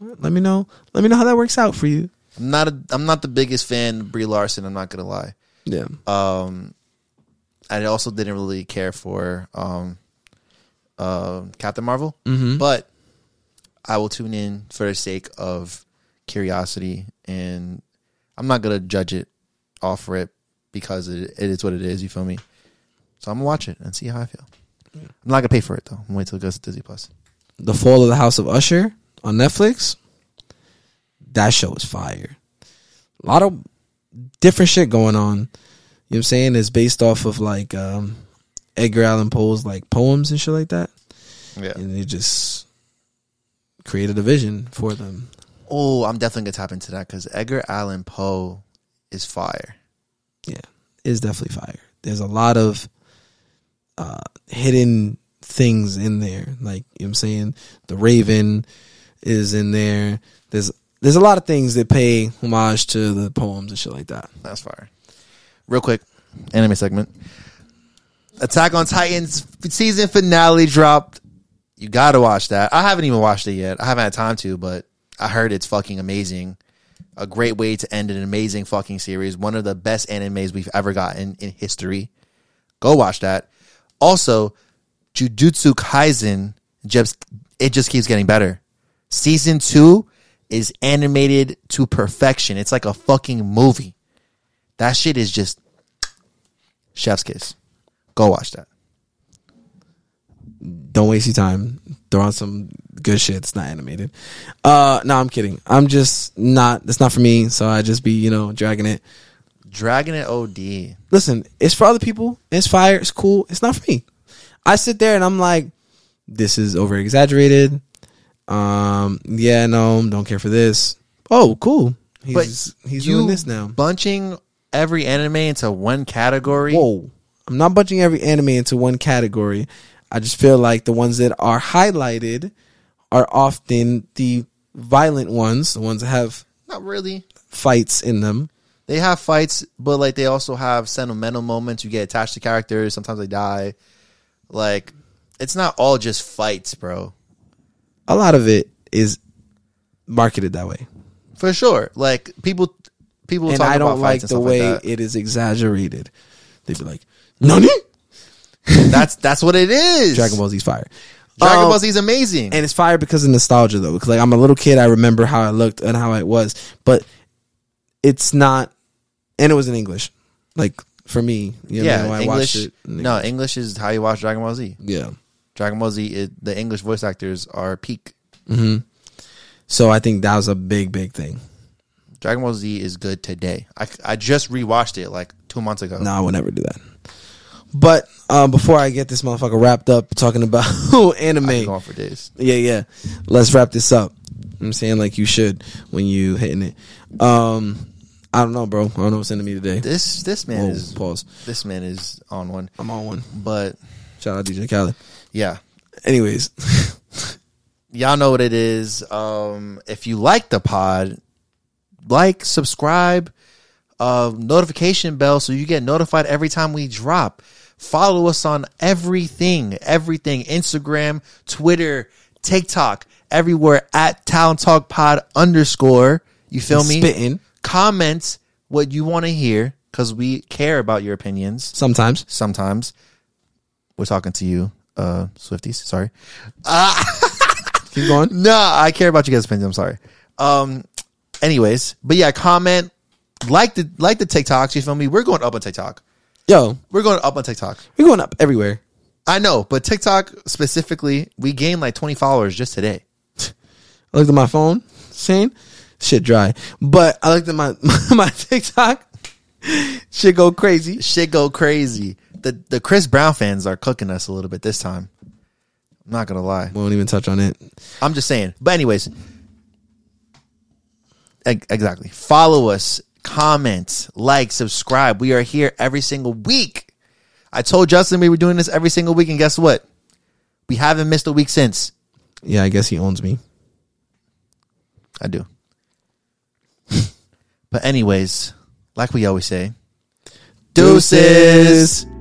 [SPEAKER 2] Let me know. Let me know how that works out for you.
[SPEAKER 1] I'm not a, I'm not the biggest fan of Brie Larson. I'm not gonna lie.
[SPEAKER 2] Yeah.
[SPEAKER 1] Um, I also didn't really care for um, um Captain Marvel,
[SPEAKER 2] Mm-hmm.
[SPEAKER 1] but I will tune in for the sake of curiosity, and I'm not gonna judge it, offer it because it, it is what it is. You feel me? So I'm gonna watch it and see how I feel. I'm not gonna pay for it though. I'm gonna wait till it goes to Disney Plus.
[SPEAKER 2] The Fall of the House of Usher on Netflix. That show is fire. A lot of different shit going on. You know what I'm saying? It's based off of like um, Edgar Allan Poe's like poems and shit like that.
[SPEAKER 1] Yeah.
[SPEAKER 2] And it just created a vision for them.
[SPEAKER 1] Oh, I'm definitely gonna tap into that because Edgar Allan Poe is fire.
[SPEAKER 2] It's definitely fire. There's a lot of uh, hidden things in there. Like you know what I'm saying? The Raven is in there. There's there's a lot of things that pay homage to the poems and shit like that.
[SPEAKER 1] That's fire. Real quick, anime segment. Attack on Titans season finale dropped. You gotta watch that. I haven't even watched it yet. I haven't had time to, but I heard it's fucking amazing. A great way to end an amazing fucking series. One of the best animes we've ever gotten in history. Go watch that. Also, Jujutsu Kaisen just it just keeps getting better. Season two is animated to perfection. It's like a fucking movie. That shit is just chef's kiss. Go watch that.
[SPEAKER 2] Don't waste your time. Throw on some good shit. It's not animated. Uh, no, I'm kidding. I'm just not. It's not for me. So I just be you know dragging it.
[SPEAKER 1] Dragon and OD.
[SPEAKER 2] listen, it's for other people. It's fire. It's cool. It's not for me. I sit there and I'm like, this is over exaggerated. Um, yeah, no, don't care for this. Oh, cool. He's he's doing this now.
[SPEAKER 1] Bunching every anime into one category.
[SPEAKER 2] Whoa. I'm not bunching every anime into one category. I just feel like the ones that are highlighted are often the violent ones, the ones that have
[SPEAKER 1] Not really.
[SPEAKER 2] fights in them.
[SPEAKER 1] They have fights, but like they also have sentimental moments. You get attached to characters. Sometimes they die. Like it's not all just fights, bro.
[SPEAKER 2] A lot of it is marketed that way.
[SPEAKER 1] For sure. Like people, people
[SPEAKER 2] and
[SPEAKER 1] talk
[SPEAKER 2] I
[SPEAKER 1] about
[SPEAKER 2] don't like
[SPEAKER 1] fights and
[SPEAKER 2] the
[SPEAKER 1] stuff
[SPEAKER 2] way
[SPEAKER 1] like that.
[SPEAKER 2] it is exaggerated. They'd be like, "Nani?"
[SPEAKER 1] that's that's what it is.
[SPEAKER 2] Dragon Ball Z's fire.
[SPEAKER 1] Dragon
[SPEAKER 2] Um,
[SPEAKER 1] Ball Z is amazing.
[SPEAKER 2] and it's fire because of nostalgia though. Because like I'm a little kid, I remember how I looked and how I was, but it's not. And it was in English, like for me. You know,
[SPEAKER 1] yeah,
[SPEAKER 2] I
[SPEAKER 1] English.
[SPEAKER 2] watched it. in
[SPEAKER 1] no, English is how you watch Dragon Ball Z.
[SPEAKER 2] Yeah.
[SPEAKER 1] Dragon Ball Z, it, the English voice actors are peak.
[SPEAKER 2] hmm So I think that was a big, big thing.
[SPEAKER 1] Dragon Ball Z is good today. I, I just rewatched it like two months ago.
[SPEAKER 2] No, I will never do that. But um, before I get this motherfucker wrapped up talking about anime,
[SPEAKER 1] I've been going for days.
[SPEAKER 2] Yeah, yeah. Let's wrap this up. I'm saying like you should when you hitting it. Um I don't know, bro. I don't know what's into me today.
[SPEAKER 1] This this man
[SPEAKER 2] Whoa,
[SPEAKER 1] is
[SPEAKER 2] pause.
[SPEAKER 1] this man is on one,
[SPEAKER 2] I'm on one.
[SPEAKER 1] but
[SPEAKER 2] Shout out DJ Khaled.
[SPEAKER 1] yeah,
[SPEAKER 2] Anyways,
[SPEAKER 1] y'all know what it is. Um, if you like the pod, like, subscribe, uh, notification bell so you get notified every time we drop. Follow us on everything, everything Instagram, Twitter, TikTok, everywhere at Town Talk Pod underscore. You feel me?
[SPEAKER 2] spitting
[SPEAKER 1] Comment what you want to hear because we care about your opinions
[SPEAKER 2] sometimes.
[SPEAKER 1] sometimes. We're talking to you, uh, Swifties. Sorry.
[SPEAKER 2] Keep going.
[SPEAKER 1] No, I care about you guys' opinions. I'm sorry. Um, anyways, but yeah, comment, like the like the TikToks. You feel me? We're going up on TikTok.
[SPEAKER 2] Yo,
[SPEAKER 1] We're going up on TikTok.
[SPEAKER 2] we're going up everywhere.
[SPEAKER 1] I know, but TikTok specifically, we gained like 20 followers just today.
[SPEAKER 2] I looked at my phone, saying shit dry. But I looked at my my TikTok. Shit go crazy.
[SPEAKER 1] Shit go crazy. The the Chris Brown fans are cooking us a little bit this time. I'm not gonna lie.
[SPEAKER 2] Won't even touch on it.
[SPEAKER 1] I'm just saying. But anyways, Ex- exactly. Follow us, comment, like, subscribe. We are here every single week. I told Justin we were doing this every single week, and guess what? We haven't missed a week since.
[SPEAKER 2] Yeah, I guess he owns me.
[SPEAKER 1] I do. but anyways, like we always say, deuces.